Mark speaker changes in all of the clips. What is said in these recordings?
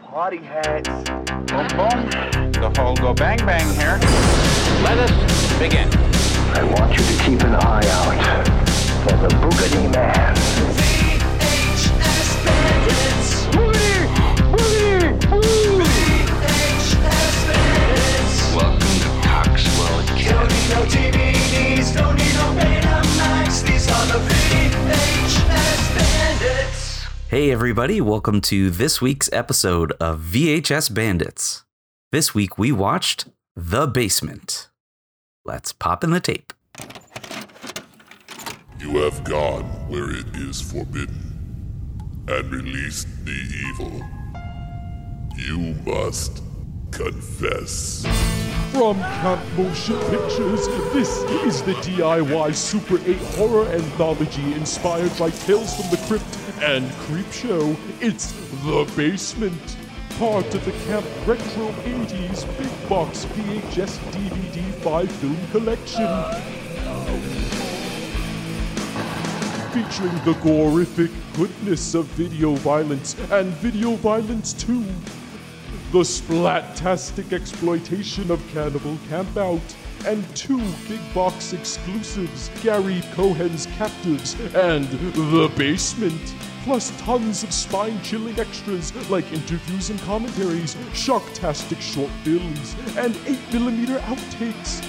Speaker 1: party hats. Boom, boom. The whole go bang bang here.
Speaker 2: Let us begin.
Speaker 3: I want you to keep an eye out for the Boogity Man.
Speaker 4: Welcome to Coxwell Academy.
Speaker 5: Hey, everybody, welcome to this week's episode of VHS Bandits. This week we watched The Basement. Let's pop in the tape.
Speaker 6: You have gone where it is forbidden and released the evil. You must confess.
Speaker 7: From Camp Motion Pictures, this is the DIY Super 8 horror anthology inspired by Tales from the Crypt and Creepshow. It's The Basement, part of the Camp Retro 80s Big Box VHS DVD 5 film collection. featuring the horrific goodness of video violence and video violence 2. The splattastic exploitation of Cannibal Campout and two big box exclusives, Gary Cohen's Captives and The Basement. Plus tons of spine-chilling extras like interviews and commentaries, shocktastic short films, and 8mm outtakes.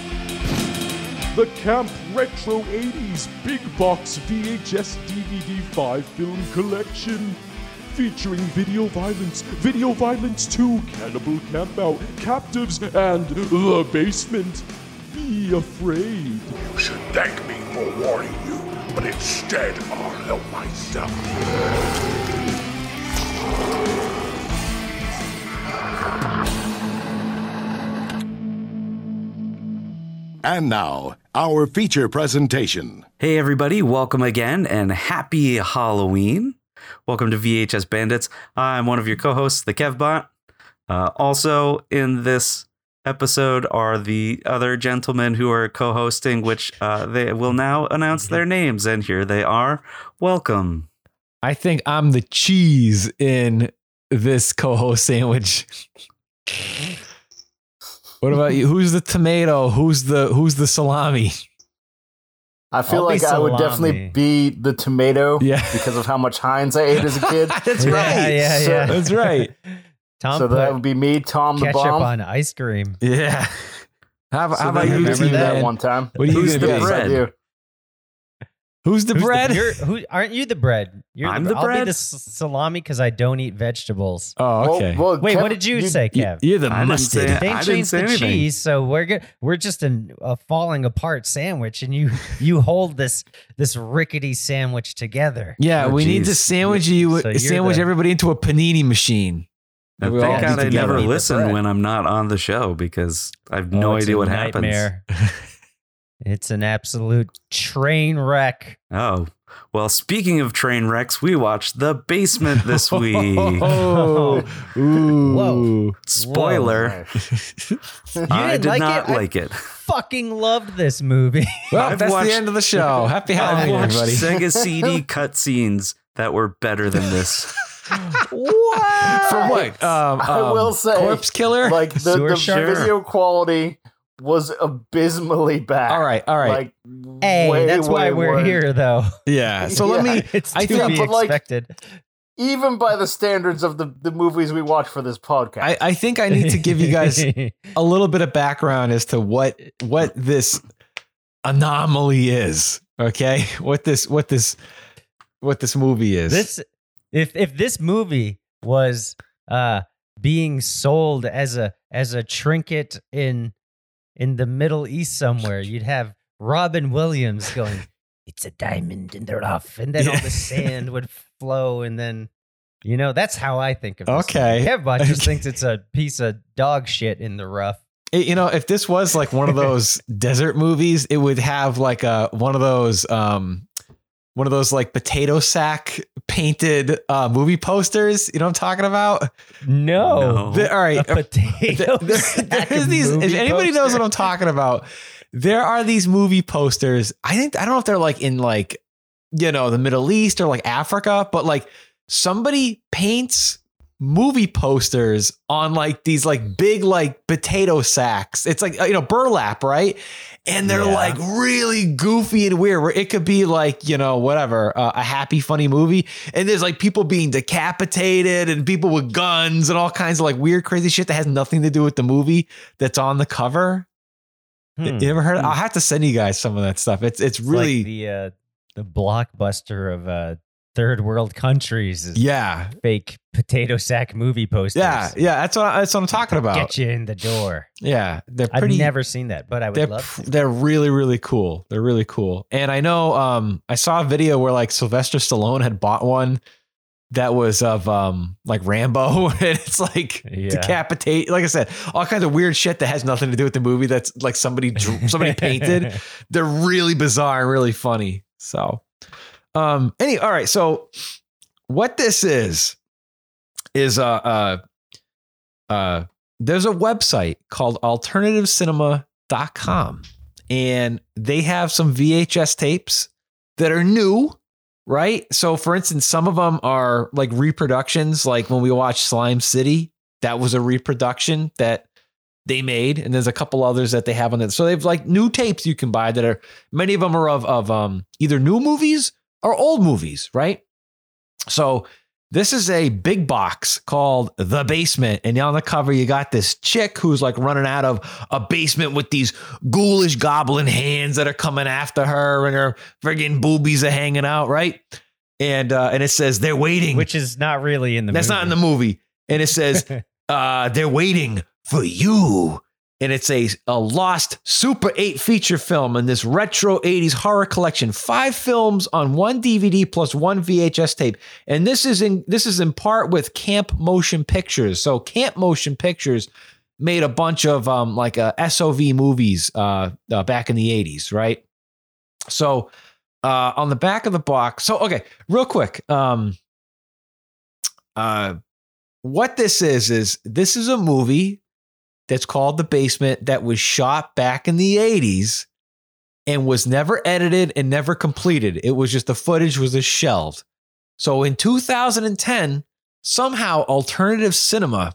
Speaker 7: The Camp Retro 80s Big Box VHS DVD 5 film collection. Featuring Video Violence, Video Violence 2, Cannibal Campout, Captives, and The Basement. Be afraid.
Speaker 6: You should thank me for warning you, but instead I'll help myself.
Speaker 8: And now, our feature presentation.
Speaker 5: Hey, everybody, welcome again and happy Halloween. Welcome to VHS Bandits. I'm one of your co hosts, the Kevbot. Uh, also, in this episode are the other gentlemen who are co hosting, which uh, they will now announce their names. And here they are. Welcome.
Speaker 9: I think I'm the cheese in this co-host sandwich. what about you? Who's the tomato? Who's the who's the salami?
Speaker 10: I feel
Speaker 9: I'll be
Speaker 10: like I would definitely
Speaker 9: salami.
Speaker 10: be the tomato
Speaker 9: Yeah.
Speaker 10: because of how much Heinz I ate as a kid.
Speaker 11: That's right. Yeah, yeah,
Speaker 10: So-
Speaker 11: yeah.
Speaker 9: That's right.
Speaker 11: Tom
Speaker 10: so
Speaker 11: put
Speaker 10: that would be me, Tom the
Speaker 11: ketchup
Speaker 10: bomb.
Speaker 11: on ice cream.
Speaker 9: Yeah. How,
Speaker 10: So
Speaker 9: how
Speaker 10: they
Speaker 9: about you,
Speaker 10: remember
Speaker 9: two,
Speaker 10: that
Speaker 9: man?
Speaker 10: one time?
Speaker 9: What are you
Speaker 5: Who's
Speaker 9: gonna
Speaker 5: the
Speaker 9: be?
Speaker 10: Yes, I
Speaker 5: bread?
Speaker 10: do.
Speaker 9: Who's the
Speaker 11: Who's
Speaker 9: bread?
Speaker 11: you're, who aren't you the bread? You're
Speaker 5: I'm the
Speaker 11: I'll be
Speaker 5: bread.
Speaker 11: the s- salami because I don't eat vegetables.
Speaker 9: oh, okay.
Speaker 10: Well, well,
Speaker 11: Wait,
Speaker 10: Kev-
Speaker 11: what did you, say,
Speaker 9: You-
Speaker 11: Kev?
Speaker 9: you're the
Speaker 5: I didn't say
Speaker 9: mustard.
Speaker 5: it.
Speaker 11: they
Speaker 5: I didn't
Speaker 11: changed
Speaker 5: say
Speaker 11: the
Speaker 5: anything.
Speaker 11: cheese, so we're good. We're just an, a falling apart sandwich, and you you hold this this rickety sandwich together.
Speaker 9: Yeah,
Speaker 5: Oh,
Speaker 9: we need to
Speaker 5: geez.
Speaker 9: sandwich you
Speaker 11: So you're
Speaker 9: sandwich
Speaker 11: the-
Speaker 9: everybody into a panini machine.
Speaker 5: Now,
Speaker 9: We all
Speaker 5: thank
Speaker 9: be
Speaker 5: God I
Speaker 9: together.
Speaker 5: never
Speaker 9: Eat the
Speaker 5: listen
Speaker 11: bread.
Speaker 5: when I'm not on the show because I have
Speaker 11: Oh,
Speaker 5: no
Speaker 11: it's
Speaker 5: idea
Speaker 11: a
Speaker 5: what
Speaker 11: nightmare. it's an absolute train wreck.
Speaker 5: happens. Oh, well, speaking of train wrecks, we watched The Basement this week.
Speaker 9: Oh,
Speaker 11: Whoa.
Speaker 9: ooh.
Speaker 5: Spoiler. I
Speaker 11: didn't
Speaker 5: did
Speaker 11: like
Speaker 5: not
Speaker 11: it? I-
Speaker 5: like it.
Speaker 11: Fucking loved this movie.
Speaker 9: Well,
Speaker 5: I've
Speaker 9: that's
Speaker 5: watched-
Speaker 9: the end of the show. Happy
Speaker 5: I
Speaker 9: Halloween,
Speaker 5: watched
Speaker 9: everybody.
Speaker 5: Sega CD cutscenes that were better than this.
Speaker 9: what? From what? Um,
Speaker 10: I
Speaker 9: um,
Speaker 10: will say,
Speaker 9: Corpse Killer.
Speaker 10: Like the,
Speaker 11: Sure,
Speaker 10: the
Speaker 11: sure.
Speaker 10: video quality was abysmally bad.
Speaker 9: all right, all right.
Speaker 10: Like,
Speaker 11: hey,
Speaker 10: way,
Speaker 11: that's why
Speaker 10: way
Speaker 11: we're
Speaker 10: worse.
Speaker 11: here, though.
Speaker 9: yeah. So let
Speaker 10: Yeah.
Speaker 9: me.
Speaker 11: It's to
Speaker 9: I think-
Speaker 11: be
Speaker 10: But, like,
Speaker 11: expected.
Speaker 10: Even by the standards of the, the movies we watch for this podcast,
Speaker 9: I, I think I need to give you guys a little bit of background as to what what this anomaly is. Okay, what this what this what this movie is.
Speaker 11: this if if this movie was uh being sold as a as a trinket in in the middle east somewhere you'd have robin williams going it's a diamond in the rough and then all
Speaker 9: Yeah.
Speaker 11: the sand would flow and then you know that's how i think of this
Speaker 9: Okay.
Speaker 11: movie. everybody just
Speaker 9: Okay.
Speaker 11: thinks it's a piece of dog shit in the rough
Speaker 9: It- you know, if this was like one of those desert movies, it would have like a one of those um one of those like potato sack painted uh movie posters. You know what I'm talking about?
Speaker 11: no,
Speaker 5: No.
Speaker 9: The- all right.
Speaker 11: a potato
Speaker 9: There- there-
Speaker 11: sack
Speaker 9: there's these- if
Speaker 11: movie
Speaker 9: anybody knows
Speaker 11: poster?
Speaker 9: what I'm talking about, there are these movie posters. I think I don't know if they're like in like you know the Middle East or like Africa, but like somebody paints movie posters on like these like big like potato sacks. It's like uh, you know burlap, right? And they're
Speaker 5: Yeah.
Speaker 9: like really goofy and weird. Where it could be like you know whatever uh, a happy funny movie, and there's like people being decapitated and people with guns and all kinds of like weird crazy shit that has nothing to do with the movie that's on the cover.
Speaker 11: Hmm.
Speaker 9: You ever heard? I'll have to send you guys some of that stuff. It's it's
Speaker 11: It's like
Speaker 9: really
Speaker 11: the uh, the blockbuster of uh, third world countries. Is
Speaker 9: yeah
Speaker 11: fake potato sack movie posters.
Speaker 9: yeah yeah. That's what I, that's what I'm talking about.
Speaker 11: Get you in the door.
Speaker 9: Yeah, they're pretty.
Speaker 11: I've never seen that, but I would
Speaker 9: they're
Speaker 11: love.
Speaker 9: pr- they're really really cool. They're really cool. And I know um I saw a video where like Sylvester Stallone had bought one that was of um like Rambo and it's like
Speaker 11: Yeah.
Speaker 9: decapitate like I said all kinds of weird shit that has nothing to do with the movie that's like somebody drew, somebody painted. They're really bizarre and really funny. So um any all right, so what this is is uh uh uh there's a website called alternativecinema.com and they have some VHS tapes that are new, right? So for instance, some of them are like reproductions, like when we watched Slime City, that was a reproduction that they made and there's a couple others that they have on it. So they've like new tapes you can buy that are many of them are of of um either new movies or old movies, right? So this is a big box called The Basement. And on the cover, you got this chick who's like running out of a basement with these ghoulish goblin hands that are coming after her and her friggin' boobies are hanging out, right? And uh, and it says they're waiting.
Speaker 11: Which is not really in the.
Speaker 9: That's
Speaker 11: movie.
Speaker 9: not in the movie. And it says uh, they're waiting for you. And it's a, a lost Super 8 feature film in this retro 80s horror collection. Five films on one DVD plus one VHS tape. And this is in this is in part with Camp Motion Pictures. So Camp Motion Pictures made a bunch of um, like uh, SOV movies uh, uh, back in the 80s, right? So uh, on the back of the box. So okay, real quick. Um, uh, what this is is this is a movie that's called The Basement that was shot back in the 80s and was never edited and never completed. It was just the footage was just shelved. So in 2010, somehow alternative cinema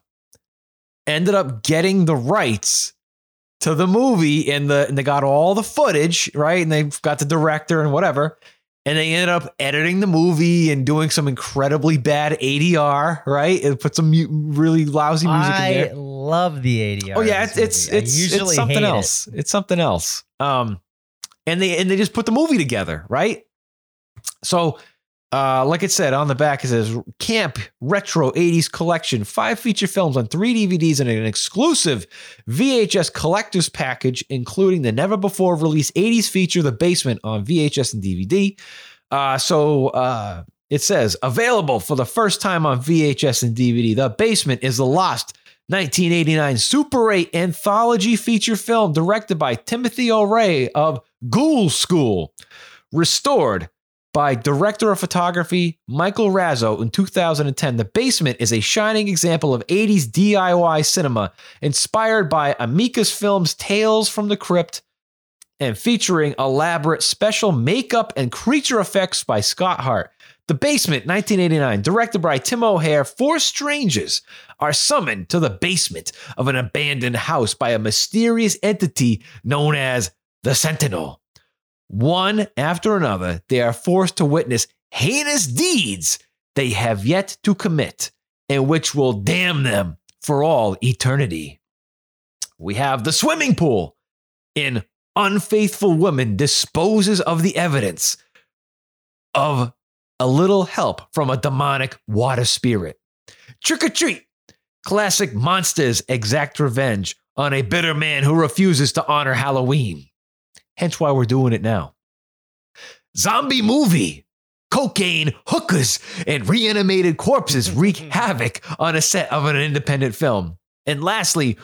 Speaker 9: ended up getting the rights to the movie and the and they got all the footage, right? And they've got the director and whatever. And they ended up editing the movie and doing some incredibly bad ADR, right? And put some mu- really lousy music in there.
Speaker 11: I love the ADR.
Speaker 9: Oh yeah,
Speaker 11: in
Speaker 9: it's it's
Speaker 11: this movie. I
Speaker 9: it's, it's
Speaker 11: usually
Speaker 9: something
Speaker 11: hate it.
Speaker 9: else. It's something else. Um, and they and they just put the movie together, right? So, uh, like it said on the back, it says Camp Retro '80s Collection, five feature films on three DVDs and an exclusive VHS collector's package, including the never before released '80s feature, The Basement, on VHS and DVD. Uh, so uh, it says available for the first time on VHS and DVD. The Basement is the lost 1989 Super 8 anthology feature film directed by Timothy O'Ray of Ghoul School, restored by director of photography Michael Razzo in 2010. The Basement is a shining example of 80s DIY cinema, inspired by Amicus Films' Tales from the Crypt and featuring elaborate special makeup and creature effects by Scott Hart. The Basement, 1989, directed by Tim O'Hare, four strangers are summoned to the basement of an abandoned house by a mysterious entity known as the Sentinel. One after another, they are forced to witness heinous deeds they have yet to commit and which will damn them for all eternity. We have the swimming pool in Unfaithful Woman disposes of the evidence of a little help from a demonic water spirit. Trick or treat, classic monsters exact revenge on a bitter man who refuses to honor Halloween. Hence why we're doing it now. Zombie movie. Cocaine, hookers, and reanimated corpses wreak havoc on a set of an independent film. And lastly,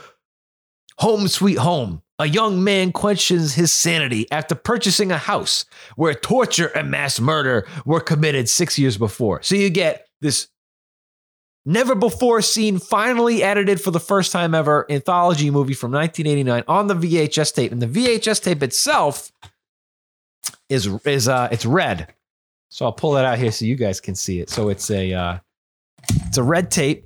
Speaker 9: Home Sweet Home. A young man questions his sanity after purchasing a house where torture and mass murder were committed six years before. So you get this never before seen, finally edited for the first time ever anthology movie from 1989 on the VHS tape. And the VHS tape itself is is uh it's red. So I'll pull that out here so you guys can see it. So it's a uh, it's a red tape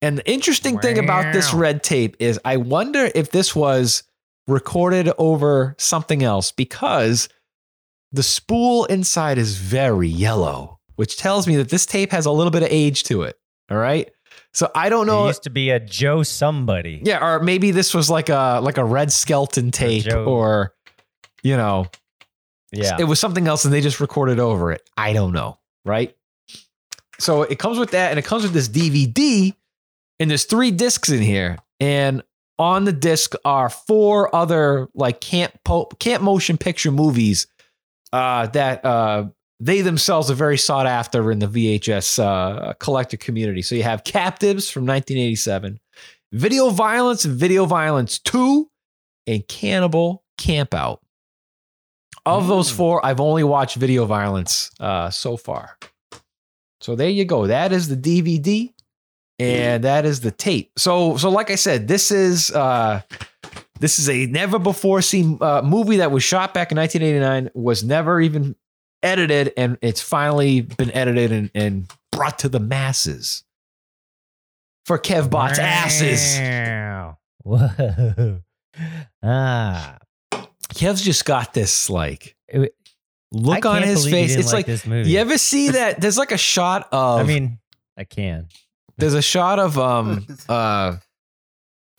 Speaker 9: And the interesting thing about this
Speaker 11: Wow.
Speaker 9: red tape is I wonder if this was recorded over something else because the spool inside is very yellow, which tells me that this tape has a little bit of age to it. All right. So I don't
Speaker 11: There
Speaker 9: know.
Speaker 11: used to be a Joe somebody.
Speaker 9: uh Yeah, or maybe this was like a like a red skeleton tape
Speaker 11: Joe.
Speaker 9: or you know,
Speaker 11: Yeah.
Speaker 9: it was something else and they just recorded over it. I don't know, right? So it comes with that and it comes with this DVD and there's three discs in here and on the disc are four other like camp po- camp motion picture movies uh that uh they themselves are very sought after in the VHS uh, collector community. So you have Captives from 1987, Video Violence, Video Violence 2, and Cannibal Campout. Of those four, I've only watched Video Violence uh, so far. So there you go. That is the DVD, and that is the tape. So, so like I said, this is uh, this is a never before seen uh, movie that was shot back in 1989, was never even edited, and it's finally been edited and, and brought to the masses for Kevbot's asses.
Speaker 11: Wow. Whoa. Ah.
Speaker 9: Kev's just got this like
Speaker 11: It-
Speaker 9: look
Speaker 11: I
Speaker 9: on
Speaker 11: can't
Speaker 9: his
Speaker 11: believe you
Speaker 9: face.
Speaker 11: didn't
Speaker 9: It's like,
Speaker 11: this movie.
Speaker 9: you ever see that? There's like a shot of
Speaker 11: I mean, I can.
Speaker 9: there's a shot of um uh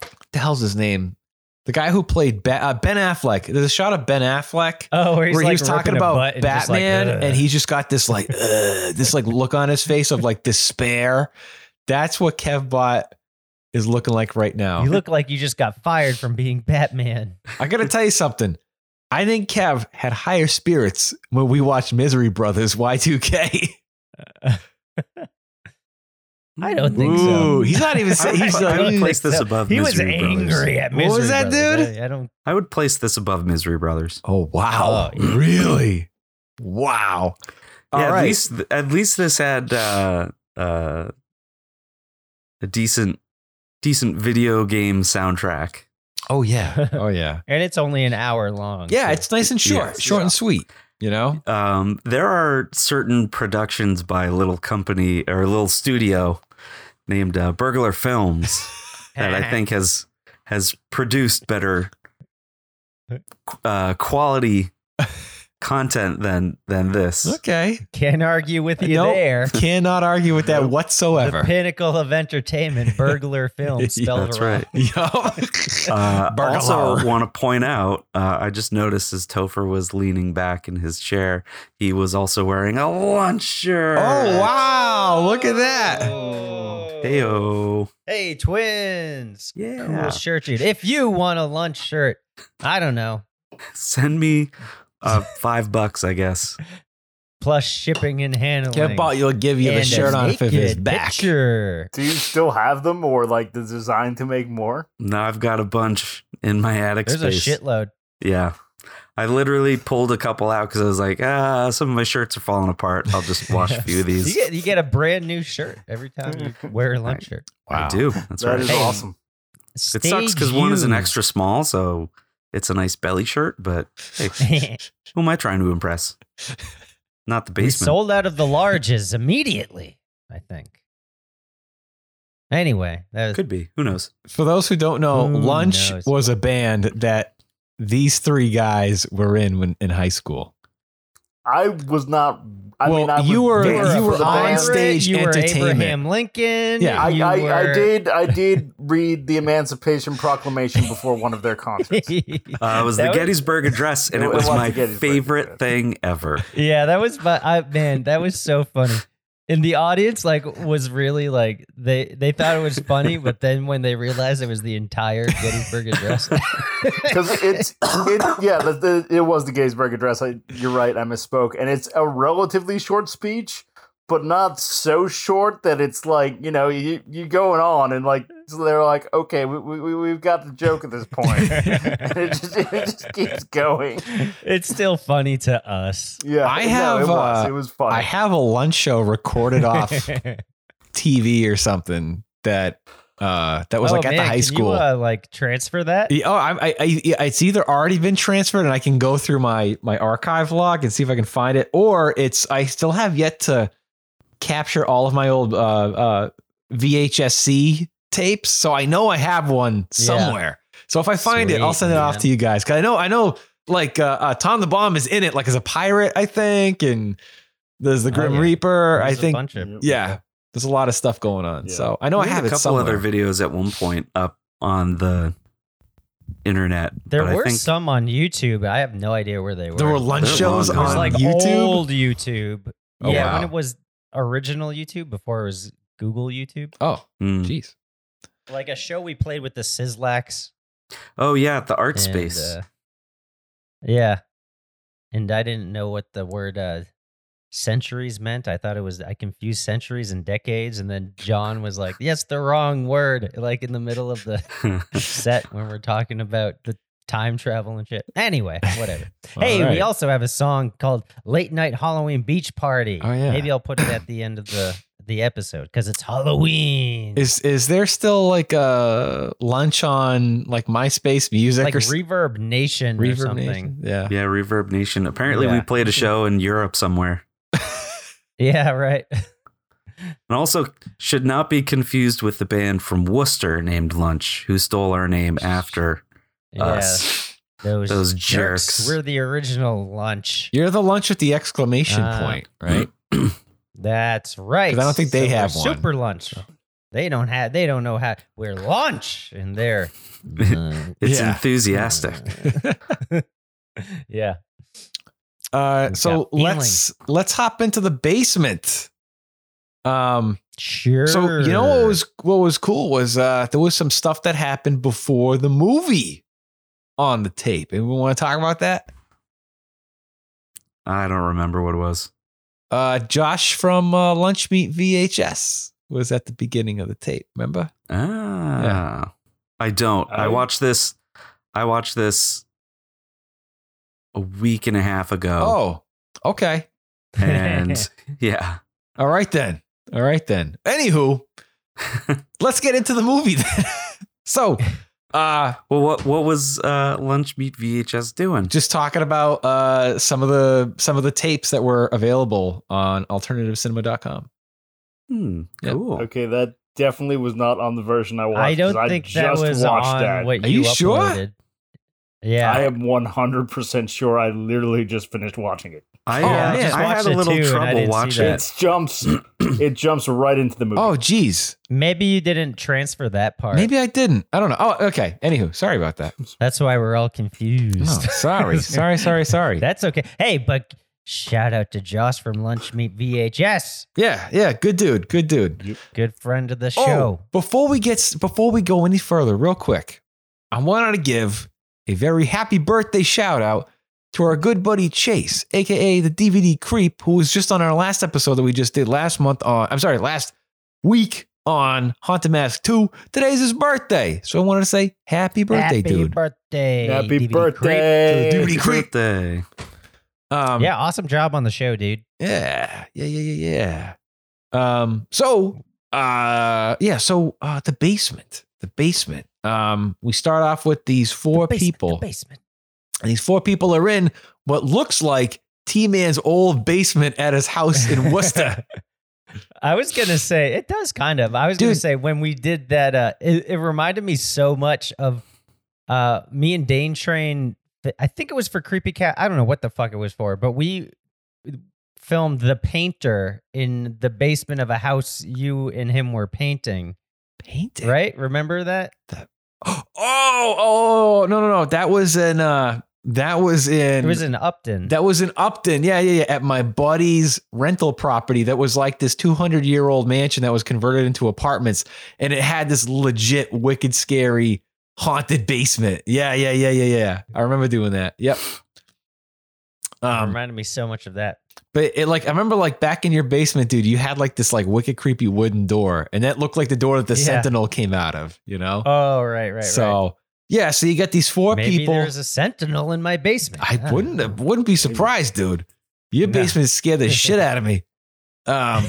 Speaker 9: what the hell's his name? The guy who played ben, uh, ben Affleck. There's a shot of Ben Affleck
Speaker 11: Oh, where, he's
Speaker 9: where
Speaker 11: like
Speaker 9: he was talking
Speaker 11: ripping a
Speaker 9: about
Speaker 11: butt and just like,
Speaker 9: Batman,
Speaker 11: ugh.
Speaker 9: and he's just got this like uh, this like look on his face of like despair. That's what Kevbot is looking like right now.
Speaker 11: You look like you just got fired from being Batman.
Speaker 9: I gotta tell you something. I think Kev had higher spirits when we watched Misery Brothers Y2K.
Speaker 11: I don't think so.
Speaker 9: Ooh, he's not even saying he's
Speaker 5: I would
Speaker 9: like,
Speaker 5: place this above
Speaker 11: He was
Speaker 5: Misery Brothers.
Speaker 11: angry at
Speaker 9: What
Speaker 11: Misery
Speaker 9: was that,
Speaker 11: Brothers.
Speaker 9: dude?
Speaker 11: I, I don't.
Speaker 5: I would place this above Misery Brothers.
Speaker 9: oh
Speaker 11: Uh,
Speaker 9: wow, really? Wow. All
Speaker 5: yeah,
Speaker 9: right.
Speaker 5: at least at least this had uh, uh, a decent decent video game soundtrack.
Speaker 9: oh yeah. Oh yeah.
Speaker 11: And it's only an hour long.
Speaker 9: Yeah,
Speaker 11: so-
Speaker 9: it's nice and short,
Speaker 5: Yes,
Speaker 9: short
Speaker 5: yeah.
Speaker 9: and sweet. You know.
Speaker 5: Um, there are certain productions by a little company or a little studio named uh, Burglar Films that I think has has produced better uh, quality content than than this.
Speaker 9: Okay.
Speaker 11: can't argue with you
Speaker 9: Nope.
Speaker 11: there.
Speaker 9: Cannot argue with that
Speaker 11: The
Speaker 9: whatsoever.
Speaker 11: pinnacle of entertainment, burglar film spelled
Speaker 5: That's
Speaker 11: wrong.
Speaker 5: right.
Speaker 9: Yo.
Speaker 5: Uh,
Speaker 9: Burglar.
Speaker 5: also, want to point out, uh, I just noticed as Topher was leaning back in his chair, he was also wearing a lunch shirt.
Speaker 9: oh wow! Look at that.
Speaker 11: Oh.
Speaker 5: Heyo.
Speaker 11: Hey, twins.
Speaker 5: Yeah.
Speaker 11: Cool shirt dude. If you want a lunch shirt, I don't know.
Speaker 5: Send me uh, five bucks, I guess.
Speaker 11: Plus shipping and handling.
Speaker 9: Kev Bot, you'll give you the
Speaker 11: and a
Speaker 9: shirt on if it is
Speaker 11: naked
Speaker 9: back.
Speaker 11: Picture.
Speaker 10: Do you still have them, or like the design to make more?
Speaker 5: Now I've got a bunch in my attic
Speaker 11: There's a
Speaker 5: space.
Speaker 11: shitload.
Speaker 5: Yeah. I literally pulled a couple out because I was like, ah, some of my shirts are falling apart. I'll just wash a few of
Speaker 11: You
Speaker 5: these.
Speaker 11: get, you get a brand new shirt every time you wear a lunch shirt.
Speaker 5: I do. That's
Speaker 10: That
Speaker 5: right.
Speaker 10: is
Speaker 11: Hey.
Speaker 10: awesome.
Speaker 5: It sucks because one is an extra small, so it's a nice belly shirt, but hey, Who am I trying to impress? Not the
Speaker 11: we
Speaker 5: basement.
Speaker 11: sold out of the larges immediately, I think. Anyway, that was,
Speaker 5: Could be. Who knows?
Speaker 9: For those who don't know,
Speaker 11: Who
Speaker 9: Lunch
Speaker 11: knows?
Speaker 9: was a band that these three guys were in when in high school.
Speaker 10: I was not. I
Speaker 9: well,
Speaker 10: mean, I
Speaker 9: you
Speaker 10: was
Speaker 9: were
Speaker 10: there for
Speaker 9: you were
Speaker 10: the
Speaker 9: on
Speaker 10: band.
Speaker 9: stage
Speaker 11: you were
Speaker 9: entertainment.
Speaker 11: Abraham Lincoln.
Speaker 9: Yeah.
Speaker 10: I,
Speaker 11: you
Speaker 10: I, I
Speaker 11: were-
Speaker 10: did I did read the Emancipation Proclamation before one of their concerts.
Speaker 5: Uh, it was
Speaker 11: That
Speaker 5: the
Speaker 11: was-
Speaker 5: Gettysburg Address, and
Speaker 10: It
Speaker 5: it
Speaker 10: was
Speaker 5: was
Speaker 10: the
Speaker 5: my
Speaker 10: Gettysburg
Speaker 5: favorite
Speaker 10: Address.
Speaker 5: thing ever.
Speaker 11: Yeah, that was my I, man. That was so funny. And the audience like was really like they they thought it was funny, but then when they realized it was the entire Gettysburg Address,
Speaker 10: because it's it, yeah the, the, it was the Gettysburg Address. I, you're right, I misspoke, and it's a relatively short speech, but not so short that it's like you know you you going on and like so they're like okay we we we have got the joke at this point, and it just it just keeps going.
Speaker 11: it's still funny to us.
Speaker 10: Yeah,
Speaker 9: I
Speaker 10: no,
Speaker 9: have,
Speaker 10: it was
Speaker 9: uh,
Speaker 10: it was funny.
Speaker 9: I have a lunch show recorded off
Speaker 11: That
Speaker 9: TV or something that uh that was like at the high school.
Speaker 11: You, uh, like transfer that.
Speaker 9: Yeah, oh, I, I, I, yeah, it's either already been transferred, and I can go through my my archive log and see if I can find it, or it's I still have yet to capture all of my old uh, uh, VHSC tapes, so I know I have one somewhere. So if I find it, I'll
Speaker 11: Sweet,
Speaker 9: send it off
Speaker 11: man.
Speaker 9: to you guys. Cause I know, I know, like uh, uh, Tom the Bomb is in it, like as a pirate, I think, and there's the
Speaker 11: Oh,
Speaker 9: Grim
Speaker 11: yeah.
Speaker 9: Reaper.
Speaker 11: There's
Speaker 9: I
Speaker 11: a
Speaker 9: think,
Speaker 11: bunch of-
Speaker 9: yeah, there's a lot of stuff going on.
Speaker 10: Yeah.
Speaker 9: So I know I
Speaker 5: We had
Speaker 9: have
Speaker 5: a
Speaker 9: it
Speaker 5: couple
Speaker 9: somewhere.
Speaker 5: other videos at one point up on the internet.
Speaker 11: There
Speaker 5: but
Speaker 11: were
Speaker 5: I think
Speaker 11: some on YouTube. I have no idea where they were.
Speaker 9: there were lunch
Speaker 5: They're
Speaker 9: shows
Speaker 5: long
Speaker 11: It was
Speaker 9: on
Speaker 5: gone.
Speaker 11: like
Speaker 9: YouTube.
Speaker 11: old YouTube.
Speaker 9: Oh,
Speaker 11: yeah,
Speaker 9: wow.
Speaker 11: when it was original YouTube before it was Google YouTube.
Speaker 9: Oh,
Speaker 5: Mm.
Speaker 9: jeez.
Speaker 11: Like a show we played with the Sizzlax.
Speaker 5: Oh yeah, at the art
Speaker 11: and,
Speaker 5: space.
Speaker 11: uh, yeah. And I didn't know what the word uh, centuries meant. I thought it was, I confused centuries and decades. And then John was like, yes, the wrong word. Like in the middle of the set when we're talking about the time travel and shit. Anyway, whatever. hey, we
Speaker 9: Alright.
Speaker 11: also have a song called "Late Night Halloween Beach Party."
Speaker 9: Oh, yeah.
Speaker 11: maybe I'll put it at the end of the the episode because it's Halloween.
Speaker 9: Is is there still like a lunch on like MySpace music
Speaker 11: like
Speaker 9: or s-
Speaker 11: Reverb Nation or
Speaker 9: Reverb
Speaker 11: something?
Speaker 9: Nation? Yeah.
Speaker 5: yeah, Reverb Nation. Apparently, we
Speaker 11: Yeah.
Speaker 5: played a show in Europe somewhere,
Speaker 11: Yeah, right.
Speaker 5: and also should not be confused with the band from Worcester named Lunch, who stole our name after us.
Speaker 11: Yeah, those
Speaker 5: Those jerks.
Speaker 11: We're the original lunch.
Speaker 9: You're the lunch with the exclamation
Speaker 11: Ah.
Speaker 9: point, right?
Speaker 11: That's right.
Speaker 9: 'Cause I don't think they
Speaker 11: we're
Speaker 9: have one.
Speaker 11: Super lunch. They don't have. They don't know how. We're lunch, and they're. uh,
Speaker 5: It's
Speaker 9: Yeah.
Speaker 5: enthusiastic.
Speaker 11: yeah.
Speaker 9: Uh,
Speaker 11: We've
Speaker 9: so
Speaker 11: got feeling.
Speaker 9: let's let's hop into the basement. Um.
Speaker 11: Sure.
Speaker 9: So you know what was what was cool was uh there was some stuff that happened before the movie on the tape, and we want to talk about that.
Speaker 5: I don't remember what it was.
Speaker 9: Uh, Josh from uh, Lunch Meet VHS was at the beginning of the tape. Remember?
Speaker 5: Ah, I don't. I,
Speaker 10: I-
Speaker 5: watched this. I watched this a week and a half ago,
Speaker 9: Oh, okay.
Speaker 11: Oh.
Speaker 5: and yeah,
Speaker 9: All right then. All right then. Anywho, let's get into the movie then. so, uh,
Speaker 5: Well, what what was uh, Lunch Meet VHS doing?
Speaker 9: just talking about uh some of the some of the tapes that were available on alternativecinema.com.
Speaker 5: Hmm,
Speaker 9: Yeah.
Speaker 5: cool.
Speaker 10: Okay, that definitely was not on the version I watched.
Speaker 11: I
Speaker 10: 'cause
Speaker 11: don't think that
Speaker 10: just
Speaker 11: was
Speaker 10: watched
Speaker 11: on
Speaker 10: that.
Speaker 11: what
Speaker 9: Are
Speaker 11: you,
Speaker 9: you sure?
Speaker 11: uploaded. Yeah,
Speaker 10: I am 100% sure I literally just finished watching it.
Speaker 5: I,
Speaker 9: Oh,
Speaker 5: had-
Speaker 9: man.
Speaker 5: I had
Speaker 11: Watched
Speaker 5: a
Speaker 11: it too,
Speaker 5: little
Speaker 11: and I
Speaker 5: trouble
Speaker 11: didn't see
Speaker 5: watching
Speaker 11: that.
Speaker 5: it.
Speaker 10: It jumps it jumps right into the movie.
Speaker 9: Oh geez.
Speaker 11: maybe you didn't transfer that part.
Speaker 9: Maybe I didn't. I don't know. Oh, okay. Anywho, sorry about that.
Speaker 11: that's why we're all confused.
Speaker 9: No, Oh, sorry. sorry, sorry, sorry.
Speaker 11: that's okay. Hey, but shout out to Josh from Lunch Meet VHS,
Speaker 9: yeah, yeah, good dude. Good dude.
Speaker 11: good friend of the show.
Speaker 9: Oh, before we get s- before we go any further, real quick, I wanted to give a very happy birthday shout out to our good buddy Chase, aka the DVD creep, who was just on our last episode that we just did last month on I'm sorry, last week on Haunted Mask 2. Today's his birthday. So I wanted to say happy birthday,
Speaker 11: Happy
Speaker 9: dude.
Speaker 11: birthday!
Speaker 10: Happy
Speaker 11: DVD
Speaker 10: birthday.
Speaker 11: creep.
Speaker 9: DVD creep.
Speaker 5: Birthday.
Speaker 9: Um,
Speaker 11: Yeah, awesome job on the show, dude.
Speaker 9: Yeah. Yeah. Yeah. Yeah. Yeah. Um, so, uh, yeah. So, uh, the basement, the basement. Um, we start off with these four
Speaker 11: The basement,
Speaker 9: people,
Speaker 11: the basement.
Speaker 9: and these four people are in what looks like T Man's old basement at his house in Worcester.
Speaker 11: I was gonna say it does kind of. I was gonna
Speaker 9: Dude.
Speaker 11: say when we did that, uh, it, it reminded me so much of uh, me and Dane Train. I think it was for Creepy Cat. I don't know what the fuck it was for, but we filmed The Painter in the basement of a house you and him were painting.
Speaker 9: Painted.
Speaker 11: Right? Remember that?
Speaker 9: Oh, oh, no, no, no. That was in, uh, that was in,
Speaker 11: it was in Upton.
Speaker 9: that was in Upton. Yeah. Yeah. Yeah. At my buddy's rental property that was like this 200 year old mansion that was converted into apartments. And it had this legit wicked scary haunted basement. Yeah. Yeah. Yeah. Yeah. Yeah. I remember doing that. Yep.
Speaker 11: It
Speaker 9: Um,
Speaker 11: reminded me so much of that.
Speaker 9: but it like I remember like back in your basement, dude, you had like this like wicked creepy wooden door, and that looked like the door that the
Speaker 11: Yeah.
Speaker 9: sentinel came out of, you know?
Speaker 11: Oh, right, right, right.
Speaker 9: so yeah, so you got these four
Speaker 11: Maybe
Speaker 9: people.
Speaker 11: there's a sentinel in my basement.
Speaker 9: I
Speaker 11: don't
Speaker 9: wouldn't I wouldn't be surprised, dude. Your
Speaker 11: No.
Speaker 9: basement scared the shit out of me. Um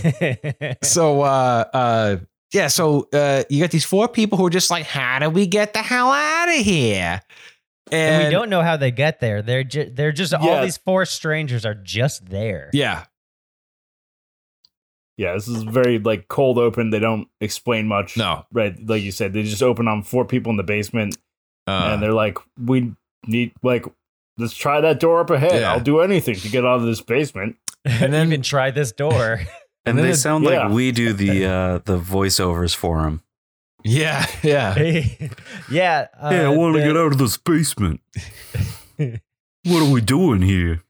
Speaker 11: know.
Speaker 9: so uh uh yeah, so uh you got these four people who are just like, How do we get the hell out of here?
Speaker 11: And, we don't know how they get there. They're ju- they're just all
Speaker 10: Yeah.
Speaker 11: these four strangers are just there.
Speaker 9: Yeah.
Speaker 12: Yeah, this is very like cold open. They don't explain much.
Speaker 13: No.
Speaker 12: Right. Like you said, they just open on four people in the basement
Speaker 13: Uh.
Speaker 12: and they're like, we need, like, let's try that door up ahead.
Speaker 13: Yeah.
Speaker 12: I'll do anything to get out of this basement.
Speaker 11: and then even try this door.
Speaker 5: And, they sound
Speaker 12: yeah.
Speaker 5: like we do the uh, the voiceovers for them.
Speaker 9: Yeah, yeah.
Speaker 11: yeah. uh, the-
Speaker 5: out of this basement. what are we doing here?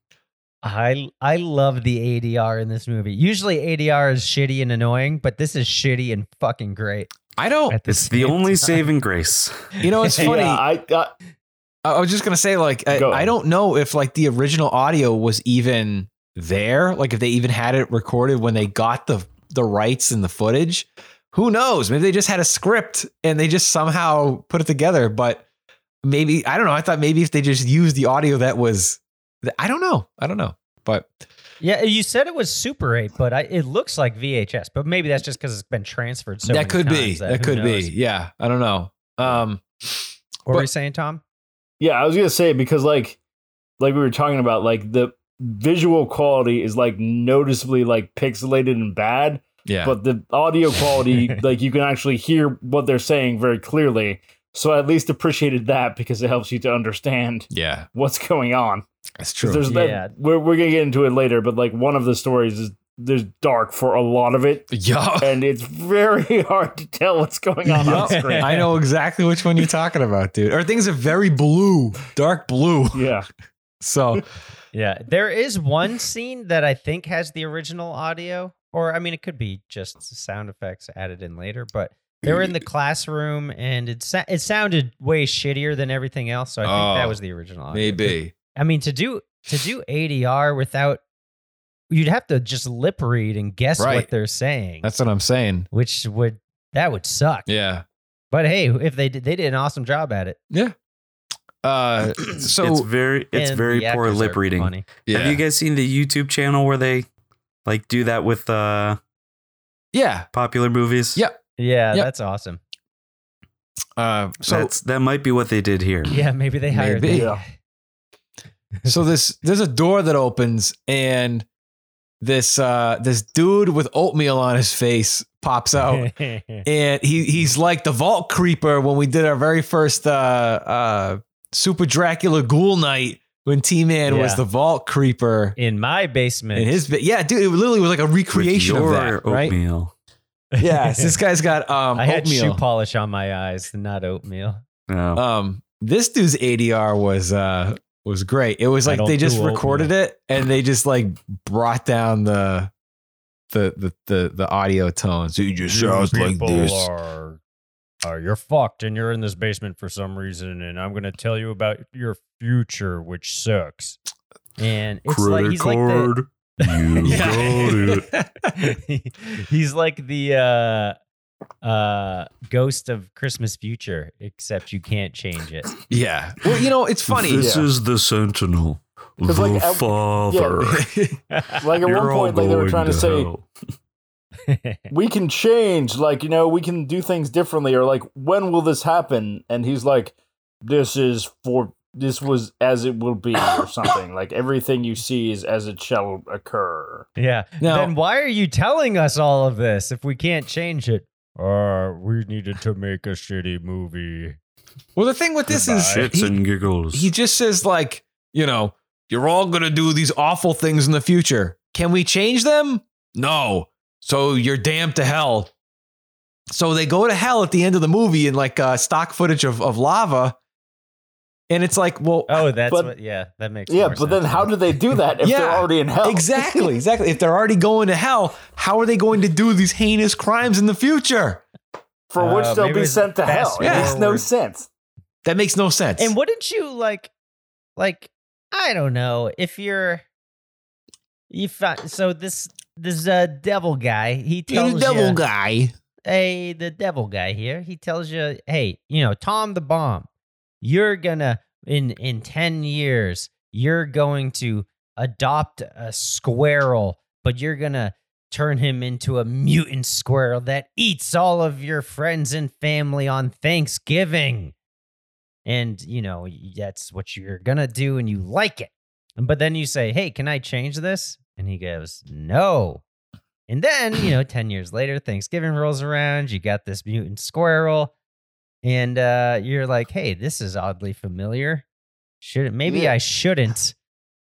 Speaker 11: I I love the ADR in this movie. Usually ADR is shitty and annoying, but this is shitty and fucking great.
Speaker 9: I don't.
Speaker 5: It's the only saving grace.
Speaker 9: You know, it's funny.
Speaker 12: Yeah, I, I,
Speaker 9: I I was just gonna say, like, I,
Speaker 12: Go.
Speaker 9: I don't know if like the original audio was even there, like if they even had it recorded when they got the the rights and the footage. Who knows? Maybe they just had a script and they just somehow put it together. But maybe I don't know. I thought maybe if they just used the audio that was, I don't know. I don't know. But
Speaker 11: Yeah, you said it was Super 8, but I, it looks like VHS. But maybe that's just because it's been transferred so many
Speaker 9: that could be.
Speaker 11: times
Speaker 9: That,
Speaker 11: who
Speaker 9: could
Speaker 11: knows.
Speaker 9: be. Yeah. I don't know. Um.
Speaker 11: What were you
Speaker 9: but-
Speaker 11: saying, Tom?
Speaker 12: Yeah, I was gonna say because like like we were talking about, like the visual quality is like noticeably like pixelated and bad.
Speaker 13: Yeah.
Speaker 12: But the audio quality, like you can actually hear what they're saying very clearly. So I at least appreciated that because it helps you to understand
Speaker 13: Yeah.
Speaker 12: what's going on.
Speaker 13: That's
Speaker 12: 'Cause
Speaker 13: true.
Speaker 12: There's that,
Speaker 11: Yeah.
Speaker 12: we're we're gonna get into it later, but like one of the stories is there's dark for a lot of it.
Speaker 13: Yeah.
Speaker 12: And it's very hard to tell what's going on on
Speaker 9: Yup.
Speaker 12: screen.
Speaker 9: I know exactly which one you're talking about, dude. Or things are very blue, dark blue.
Speaker 12: Yeah.
Speaker 9: So
Speaker 11: Yeah, there is one scene that I think has the original audio, or I mean, it could be just sound effects added in later. But they were in the classroom, and it sa- it sounded way shittier than everything else. So I think that
Speaker 13: Oh,
Speaker 11: was the original audio.
Speaker 13: Maybe.
Speaker 11: I mean, to do to do ADR without you'd have to just lip read and guess
Speaker 13: Right.
Speaker 11: what they're saying,
Speaker 9: that's what I'm saying.
Speaker 11: which would that would suck.
Speaker 13: Yeah.
Speaker 11: But hey, if they did, they did an awesome job at it.
Speaker 13: Uh.
Speaker 5: So it's
Speaker 13: So
Speaker 5: very it's
Speaker 11: And
Speaker 5: very
Speaker 11: the
Speaker 5: poor
Speaker 11: actors
Speaker 5: lip
Speaker 11: are
Speaker 5: reading.
Speaker 11: funny.
Speaker 5: Have
Speaker 13: yeah.
Speaker 5: you guys seen the YouTube channel where they like do that with uh
Speaker 9: Yeah.
Speaker 5: popular movies?
Speaker 9: Yeah.
Speaker 11: Yeah,
Speaker 9: Yep.
Speaker 11: that's awesome.
Speaker 9: Uh,
Speaker 5: So
Speaker 9: so
Speaker 5: That's, that might be what they did here.
Speaker 11: Yeah, maybe they hired.
Speaker 9: Maybe.
Speaker 11: them.
Speaker 12: Yeah.
Speaker 9: so this there's a door that opens and this uh this dude with oatmeal on his face pops
Speaker 11: Oh.
Speaker 9: out and he he's like the vault creeper when we did our very first uh uh super dracula ghoul night when t-man was
Speaker 11: Yeah.
Speaker 9: the vault creeper
Speaker 11: in my basement.
Speaker 9: in his yeah dude it literally was like a
Speaker 5: With
Speaker 9: recreation of
Speaker 5: your
Speaker 9: that right
Speaker 5: oatmeal.
Speaker 9: yes this guy's got um
Speaker 11: I had shoe
Speaker 9: oatmeal
Speaker 11: polish on my eyes, not oatmeal.
Speaker 5: No.
Speaker 9: um this dude's adr was uh was great it was
Speaker 11: I
Speaker 9: like
Speaker 11: don't
Speaker 9: they just
Speaker 11: do
Speaker 9: recorded it and they just like brought down the the the the, the audio tone so you just sounds like this
Speaker 11: Are, are you're fucked, and you're in this basement for some reason, and I'm gonna tell you about your future, which sucks. And it's like he's like
Speaker 5: you
Speaker 11: the, he's like the uh, uh, ghost of Christmas future, except you can't change it.
Speaker 9: yeah well you know it's funny
Speaker 5: This is the Sentinel, the
Speaker 12: 'Cause, like, I-
Speaker 5: father.
Speaker 12: Like at
Speaker 5: You're
Speaker 12: one
Speaker 5: all
Speaker 12: point, like they were
Speaker 5: going
Speaker 12: trying to
Speaker 5: to
Speaker 12: say,
Speaker 5: hell.
Speaker 12: we can change like you know we can do things differently or like when will this happen and he's like this is for this was as it will be or something like everything you see is as it shall occur
Speaker 11: Yeah.
Speaker 9: Now-
Speaker 11: then why are you telling us all of this if we can't change it? Uh, we needed to make a shitty movie.
Speaker 9: well the thing with this is
Speaker 5: shits
Speaker 9: he-
Speaker 5: and giggles.
Speaker 9: he just says like you know you're all gonna do these awful things in the future can we change them no so you're damned to hell so they go to hell at the end of the movie in like uh, stock footage of, of lava and it's like well
Speaker 11: Oh, that's
Speaker 12: But-
Speaker 11: what. Yeah, that makes.
Speaker 12: yeah
Speaker 11: more
Speaker 12: but
Speaker 11: sense.
Speaker 12: then how do they do that if they're
Speaker 9: Yeah,
Speaker 12: already in hell
Speaker 9: exactly exactly if they're already going to hell how are they going to do these heinous crimes in the future
Speaker 12: for
Speaker 11: Uh,
Speaker 12: which they'll
Speaker 11: maybe
Speaker 12: be
Speaker 11: it's
Speaker 12: sent to hell
Speaker 11: fast
Speaker 12: it makes no
Speaker 11: forward.
Speaker 12: sense
Speaker 9: that makes no sense
Speaker 11: And wouldn't you like, like, I don't know, if you're, you find, so this this uh devil guy, he tells you,
Speaker 9: guy
Speaker 11: hey, the devil guy here, he tells you, hey, you know, Tom the bomb, you're gonna in in ten years, you're going to adopt a squirrel, but you're gonna turn him into a mutant squirrel that eats all of your friends and family on Thanksgiving. And you know, y- that's what you're gonna do, and you like it. But then you say, Hey, can I change this? And he goes, No. And then, you know, 10 years later, Thanksgiving rolls around, you got this mutant squirrel, and uh, you're like, hey, this is oddly familiar. Should maybe
Speaker 14: Yeah.
Speaker 11: I shouldn't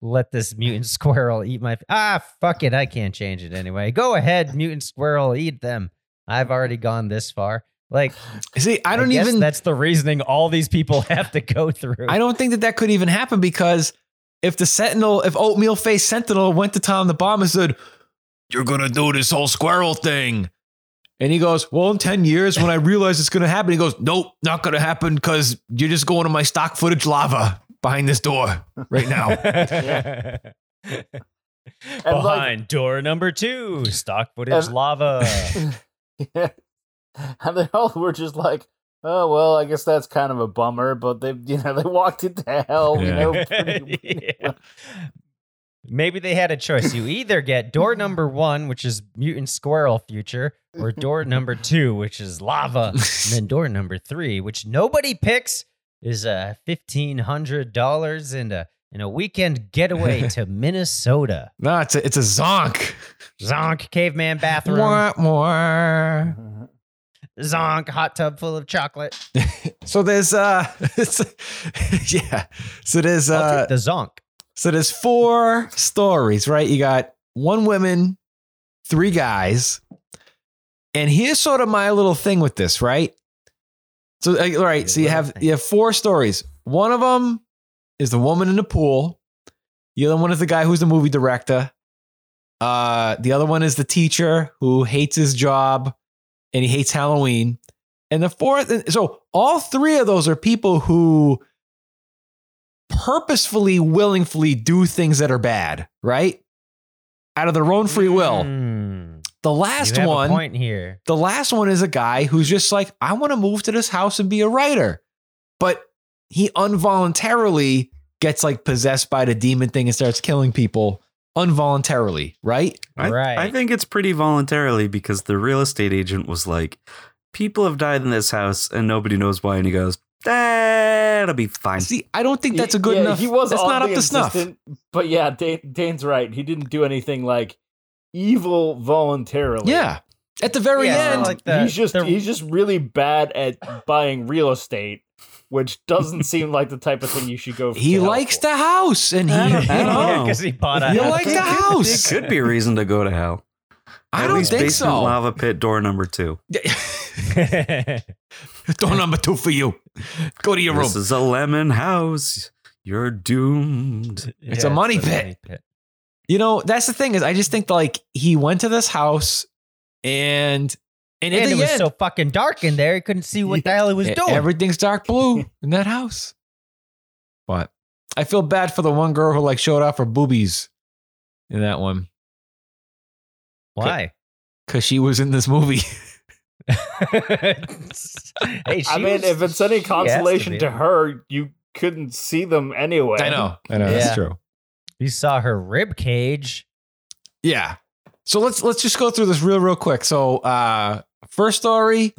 Speaker 11: let this mutant squirrel eat my ah fuck it, I can't change it anyway. Go ahead, mutant squirrel, eat them. I've already gone this far. Like,
Speaker 9: see, I
Speaker 11: don't even. That's the reasoning all these people have to go through.
Speaker 9: I don't think that that could even happen because if the Sentinel, if Oatmeal Face Sentinel went to Tom the Bomb and said, You're going to do this whole squirrel thing. And he goes, Well, in 10 years, when I realize it's going to happen, he goes, Nope, not going to happen because you're just going to my stock footage lava behind this door right now.
Speaker 11: Behind door number two, stock footage
Speaker 10: And-
Speaker 11: lava.
Speaker 10: yeah. And they all were just like, oh well, I guess that's kind of a bummer, but they you know, they walked it to hell, you
Speaker 11: Yeah.
Speaker 10: know. pretty-
Speaker 11: Yeah. Maybe they had a choice. You either get door number one, which is mutant squirrel future, or door number two, which is lava. And then door number three, which nobody picks, is uh, $1,500 and a, and a weekend getaway to Minnesota.
Speaker 9: No, it's a, it's a zonk.
Speaker 11: Zonk caveman bathroom.
Speaker 9: Wah, wah.
Speaker 11: Zonk hot tub full of chocolate.
Speaker 9: So there's uh yeah. So there's uh
Speaker 11: the zonk.
Speaker 9: So there's four stories, right? You got one woman, three guys. And here's sort of my little thing with this, right? So uh, all right, so you have you have four stories. One of them is the woman in the pool. The other one is the guy who's the movie director. Uh, the other one is the teacher who hates his job and he hates Halloween. And the fourth, and so all three of those are people who purposefully, willingly do things that are bad, right? Out of their own free will. The Oh. last
Speaker 11: Hmm. You have a
Speaker 9: one,
Speaker 11: point here.
Speaker 9: the last one is a guy who's just like, I want to move to this house and be a writer. But he involuntarily gets like possessed by the demon thing and starts killing people involuntarily, right?
Speaker 5: I, I think it's pretty voluntarily because the real estate agent was like, people have died in this house and nobody knows why. And he goes, that'll be fine.
Speaker 9: See, I don't think that's a
Speaker 10: yeah, He was
Speaker 9: That's not
Speaker 10: oddly
Speaker 9: up to snuff.
Speaker 10: insistent, But yeah, Dan, Dan's right. He didn't do anything like evil voluntarily.
Speaker 9: Yeah. At the very
Speaker 10: Yeah,
Speaker 9: end,
Speaker 10: he's just he's just really bad at buying real estate, which doesn't seem like the type of thing you should go for.
Speaker 9: he likes the house and he, you know, he likes the house.
Speaker 5: It could be a reason to go to hell.
Speaker 9: I
Speaker 5: At
Speaker 9: don't
Speaker 5: least
Speaker 9: think
Speaker 5: basement
Speaker 9: so.
Speaker 5: lava pit door number two.
Speaker 9: Door number two for you. Go to your
Speaker 5: this
Speaker 9: room.
Speaker 5: is a lemon house. You're doomed.
Speaker 9: It's a money pit. You know, that's the thing is, I just think like he went to this house and and,
Speaker 11: And,
Speaker 9: at the
Speaker 11: it was
Speaker 9: end,
Speaker 11: so fucking dark in there, he couldn't see what the hell he was
Speaker 9: e-
Speaker 11: doing.
Speaker 9: everything's dark blue in that house. But I feel bad for the one girl who like showed off her boobies in that one.
Speaker 11: Why?
Speaker 9: Because she was in this movie.
Speaker 11: Hey,
Speaker 10: I
Speaker 11: she
Speaker 10: mean,
Speaker 11: was-
Speaker 10: if it's any
Speaker 11: she has to
Speaker 10: consolation
Speaker 11: be.
Speaker 10: to, her, you couldn't see them anyway.
Speaker 9: I know. I know. That's
Speaker 11: Yeah.
Speaker 9: true.
Speaker 11: You saw her rib cage.
Speaker 9: Yeah. So let's let's just go through this real real quick. So uh first story,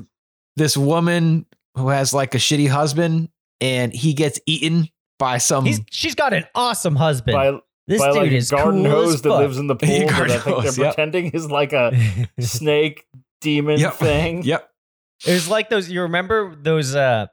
Speaker 9: this woman who has like a shitty husband and he gets eaten by some
Speaker 11: He's she's got an awesome husband.
Speaker 10: Um, By-
Speaker 11: this
Speaker 10: by
Speaker 11: dude
Speaker 10: like
Speaker 11: is
Speaker 10: a garden
Speaker 11: cool
Speaker 10: hose
Speaker 11: as
Speaker 10: that
Speaker 11: fuck.
Speaker 10: lives in the pool that I
Speaker 9: Garden
Speaker 10: think
Speaker 9: hose,
Speaker 10: they're
Speaker 9: yep.
Speaker 10: pretending is like a snake demon
Speaker 9: Yep.
Speaker 10: thing.
Speaker 9: Yep.
Speaker 11: It was like those. You remember those? Uh,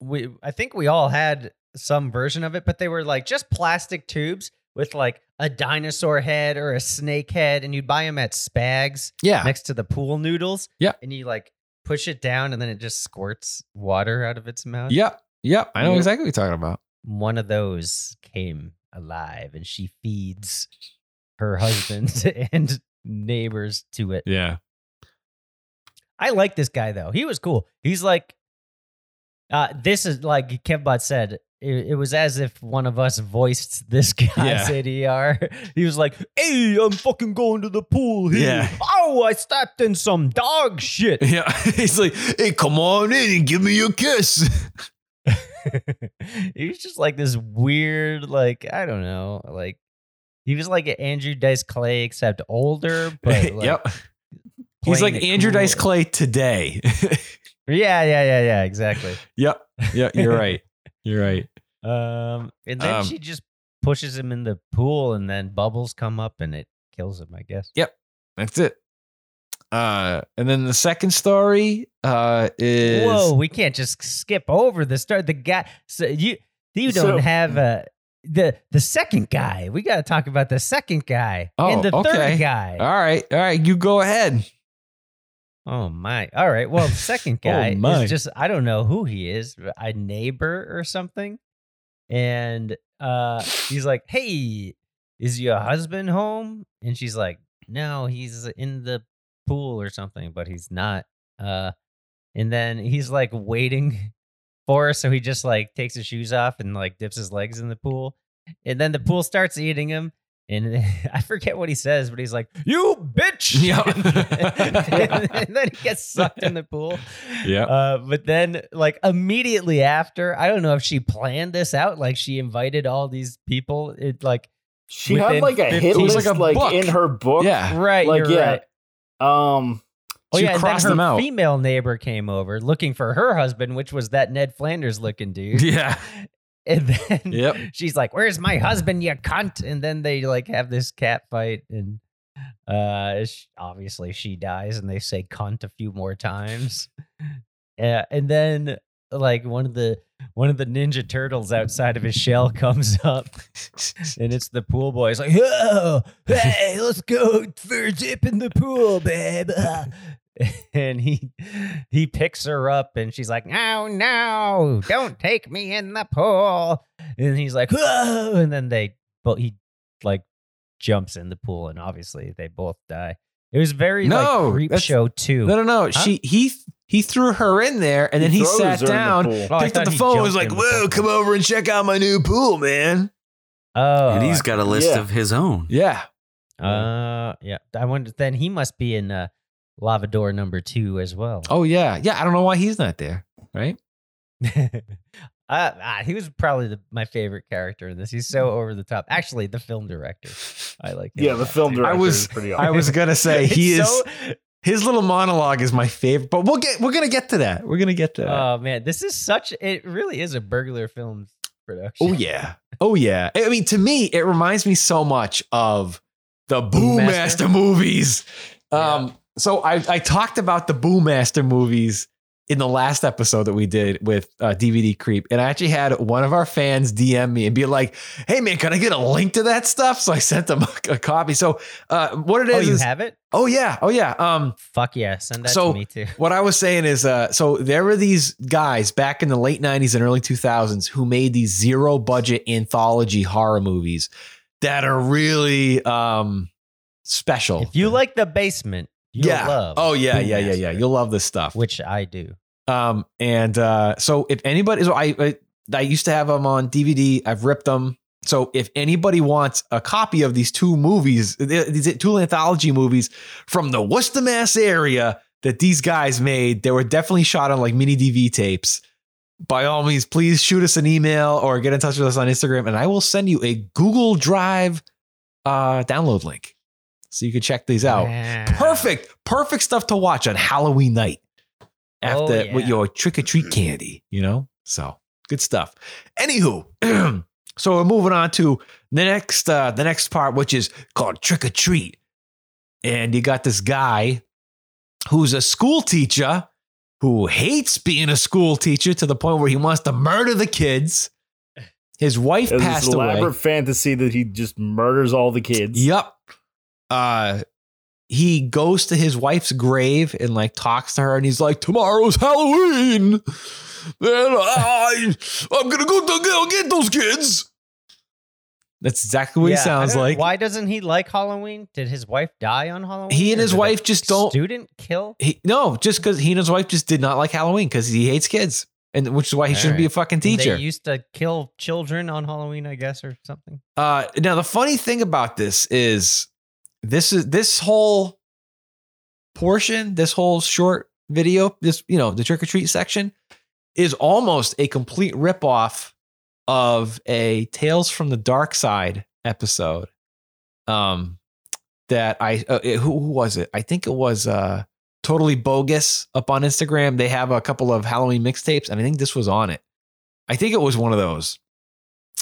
Speaker 11: we I think we all had some version of it, but they were like just plastic tubes with like a dinosaur head or a snake head, and you'd buy them at Spags.
Speaker 9: Yeah.
Speaker 11: next to the pool noodles.
Speaker 9: Ah. Yeah.
Speaker 11: and you like push it down, and then it just squirts water out of its mouth.
Speaker 9: Yep. Yep. I know
Speaker 11: Yep.
Speaker 9: exactly what you're talking about.
Speaker 11: one of those came alive, and she feeds her husband and neighbors to it.
Speaker 9: Yeah.
Speaker 11: I like this guy though. He was cool. He's like, uh, this is like Kevbot said. It, it was as if one of us voiced this guy's
Speaker 9: Yeah.
Speaker 11: ADR. He was like, "Hey, I'm fucking going to the pool here.
Speaker 9: Yeah.
Speaker 11: Oh, I stepped in some dog shit."
Speaker 9: Yeah. He's like, hey, come on in and give me a kiss.
Speaker 11: he was just like this weird, like I don't know, like he was like a Andrew Dice Clay except older, but like,
Speaker 9: yep. He's
Speaker 11: playing
Speaker 9: like
Speaker 11: it
Speaker 9: Andrew
Speaker 11: cool.
Speaker 9: Dice Clay today.
Speaker 11: Yeah, yeah, yeah, yeah, exactly.
Speaker 9: yep. Yeah, you're right. You're right.
Speaker 11: Um, and then
Speaker 9: Um,
Speaker 11: she just pushes him in the pool, and then bubbles come up, and it kills him. I guess.
Speaker 9: Yep. That's it. Uh, and then the second story uh, is
Speaker 11: Whoa, we can't just skip over the start. The guy, so you you
Speaker 9: So-
Speaker 11: don't have a the the second guy. We got to talk about the second guy
Speaker 9: oh,
Speaker 11: and the
Speaker 9: okay.
Speaker 11: third guy.
Speaker 9: All right, all right, you go ahead.
Speaker 11: Oh my! All right. Well, the second
Speaker 9: Oh,
Speaker 11: guy
Speaker 9: my.
Speaker 11: is just I don't know who he is, but a neighbor or something, and uh, he's like, "Hey, is your husband home?" And she's like, "No, he's in the pool or something, but he's not." Uh, and then he's like waiting for her, so he just like takes his shoes off and like dips his legs in the pool, and then the pool starts eating him. And I forget what he says, but he's like, "You bitch!" and, then he gets sucked in the pool.
Speaker 9: Yeah.
Speaker 11: Uh, but then, like immediately after, I don't know if she planned this out. Like she invited all these people. It like
Speaker 12: She had like a hit list, like, in her book.
Speaker 11: Right.
Speaker 12: Like
Speaker 11: you're
Speaker 12: yeah.
Speaker 11: right.
Speaker 12: Um.
Speaker 11: Oh yeah, and then her female neighbor came over looking for her husband, which was that Ned Flanders looking dude.
Speaker 9: Yeah.
Speaker 11: And then
Speaker 9: Yep.
Speaker 11: she's like, "Where's my husband, you cunt?" And then they like have this cat fight, and uh, sh- obviously she dies, and they say "cunt" a few more times. Yeah, and then like one of the one of the Ninja Turtles outside of his shell comes up, and it's the pool boy. He's like, "Oh, hey, let's go for a dip in the pool, babe." and he he picks her up and she's like no no don't take me in the pool and he's like Whoa! and then they but he like jumps in the pool and obviously they both die it was very
Speaker 9: No,
Speaker 11: like creep
Speaker 9: that's-
Speaker 11: show too
Speaker 9: No, no, no. She he he threw her in there, and then he,
Speaker 11: He throws
Speaker 9: sat
Speaker 11: her in the
Speaker 9: down,
Speaker 11: pool.
Speaker 9: picked
Speaker 11: Oh, I
Speaker 9: up
Speaker 11: thought
Speaker 9: the
Speaker 11: he
Speaker 9: phone, was like,
Speaker 11: jumped in the
Speaker 9: "Whoa, come over and check out my new pool, man."
Speaker 11: oh
Speaker 5: and he's got a list
Speaker 11: yeah.
Speaker 5: of his own.
Speaker 9: Yeah.
Speaker 11: uh yeah i wonder then he must be in uh lavador number two as well
Speaker 9: Oh yeah, yeah. I don't know why he's not there, right?
Speaker 11: Uh, ah, he was probably the, my favorite character in this. He's so over the top. Actually, the film director. I like him.
Speaker 12: Yeah, the film director.
Speaker 9: I was
Speaker 12: is pretty awesome.
Speaker 9: I was gonna say he
Speaker 11: It's
Speaker 9: is
Speaker 11: so-
Speaker 9: his little monologue is my favorite, but we'll get we're gonna get to that. We're gonna get to that.
Speaker 11: Oh man, this is such. It really is a burglar film production.
Speaker 9: oh yeah, oh yeah. I mean, to me, it reminds me so much of the Boo
Speaker 11: Master?
Speaker 9: Master movies. Um, so I I talked about the Boo Master movies in the last episode that we did with uh, DVD Creep, and I actually had one of our fans DM me and be like, "Hey man, can I get a link to that stuff?" So I sent them a, a copy. So uh, what it is
Speaker 11: Oh, you
Speaker 9: is-
Speaker 11: have it?
Speaker 9: Oh yeah, oh yeah. Um,
Speaker 11: Fuck yeah, send that
Speaker 9: so
Speaker 11: to me too.
Speaker 9: what I was saying is, uh, so there were these guys back in the late '90s and early 2000s who made these zero budget anthology horror movies that are really um, special.
Speaker 11: If you like the basement, you'll
Speaker 9: Oh, yeah.
Speaker 11: love.
Speaker 9: oh yeah, yeah, yeah,
Speaker 11: Boommaster,
Speaker 9: yeah. You'll love this stuff.
Speaker 11: Which I do.
Speaker 9: Um, and uh, so if anybody, so I, I I used to have them on DVD. I've ripped them. So if anybody wants a copy of these two movies, th- these two anthology movies from the Worcester, Mass area that these guys made, they were definitely shot on like mini DV tapes. By all means, please shoot us an email or get in touch with us on Instagram, and I will send you a Google Drive uh, download link so you can check these out. Perfect, perfect stuff to watch on Halloween night after
Speaker 11: Oh,
Speaker 9: with
Speaker 11: yeah.
Speaker 9: your trick or treat candy, you know? So good stuff. Anywho, so we're moving on to the next uh the next part, which is called trick or treat. And you got this guy who's a school teacher who hates being a school teacher to the point where he wants to murder the kids. His wife
Speaker 12: It's
Speaker 9: passed
Speaker 12: this
Speaker 9: away.
Speaker 12: elaborate fantasy that he just murders all the kids.
Speaker 9: Yep. Uh he goes to his wife's grave and like talks to her and he's like, Tomorrow's Halloween. And I I'm gonna go to- go get those kids. That's exactly what
Speaker 11: Yeah,
Speaker 9: he
Speaker 11: I
Speaker 9: sounds
Speaker 11: don't-
Speaker 9: like.
Speaker 11: Why doesn't he like Halloween? Did his wife die on Halloween?
Speaker 9: He and
Speaker 11: Or
Speaker 9: his
Speaker 11: did a
Speaker 9: wife just don't
Speaker 11: student kill.
Speaker 9: he, no, just because he and his wife just did not like Halloween because he hates kids. And which is why he shouldn't be a fucking teacher.
Speaker 11: They used to kill children on Halloween, I guess, or something.
Speaker 9: Uh, now the funny thing about this is this is this whole portion, this whole short video, this you know the trick or treat section is almost a complete ripoff of a Tales from the Dark Side episode. Um, that I uh, it- who, who was it? I think it was uh totally bogus up on Instagram. They have a couple of Halloween mixtapes, and I think this was on it. I think it was one of those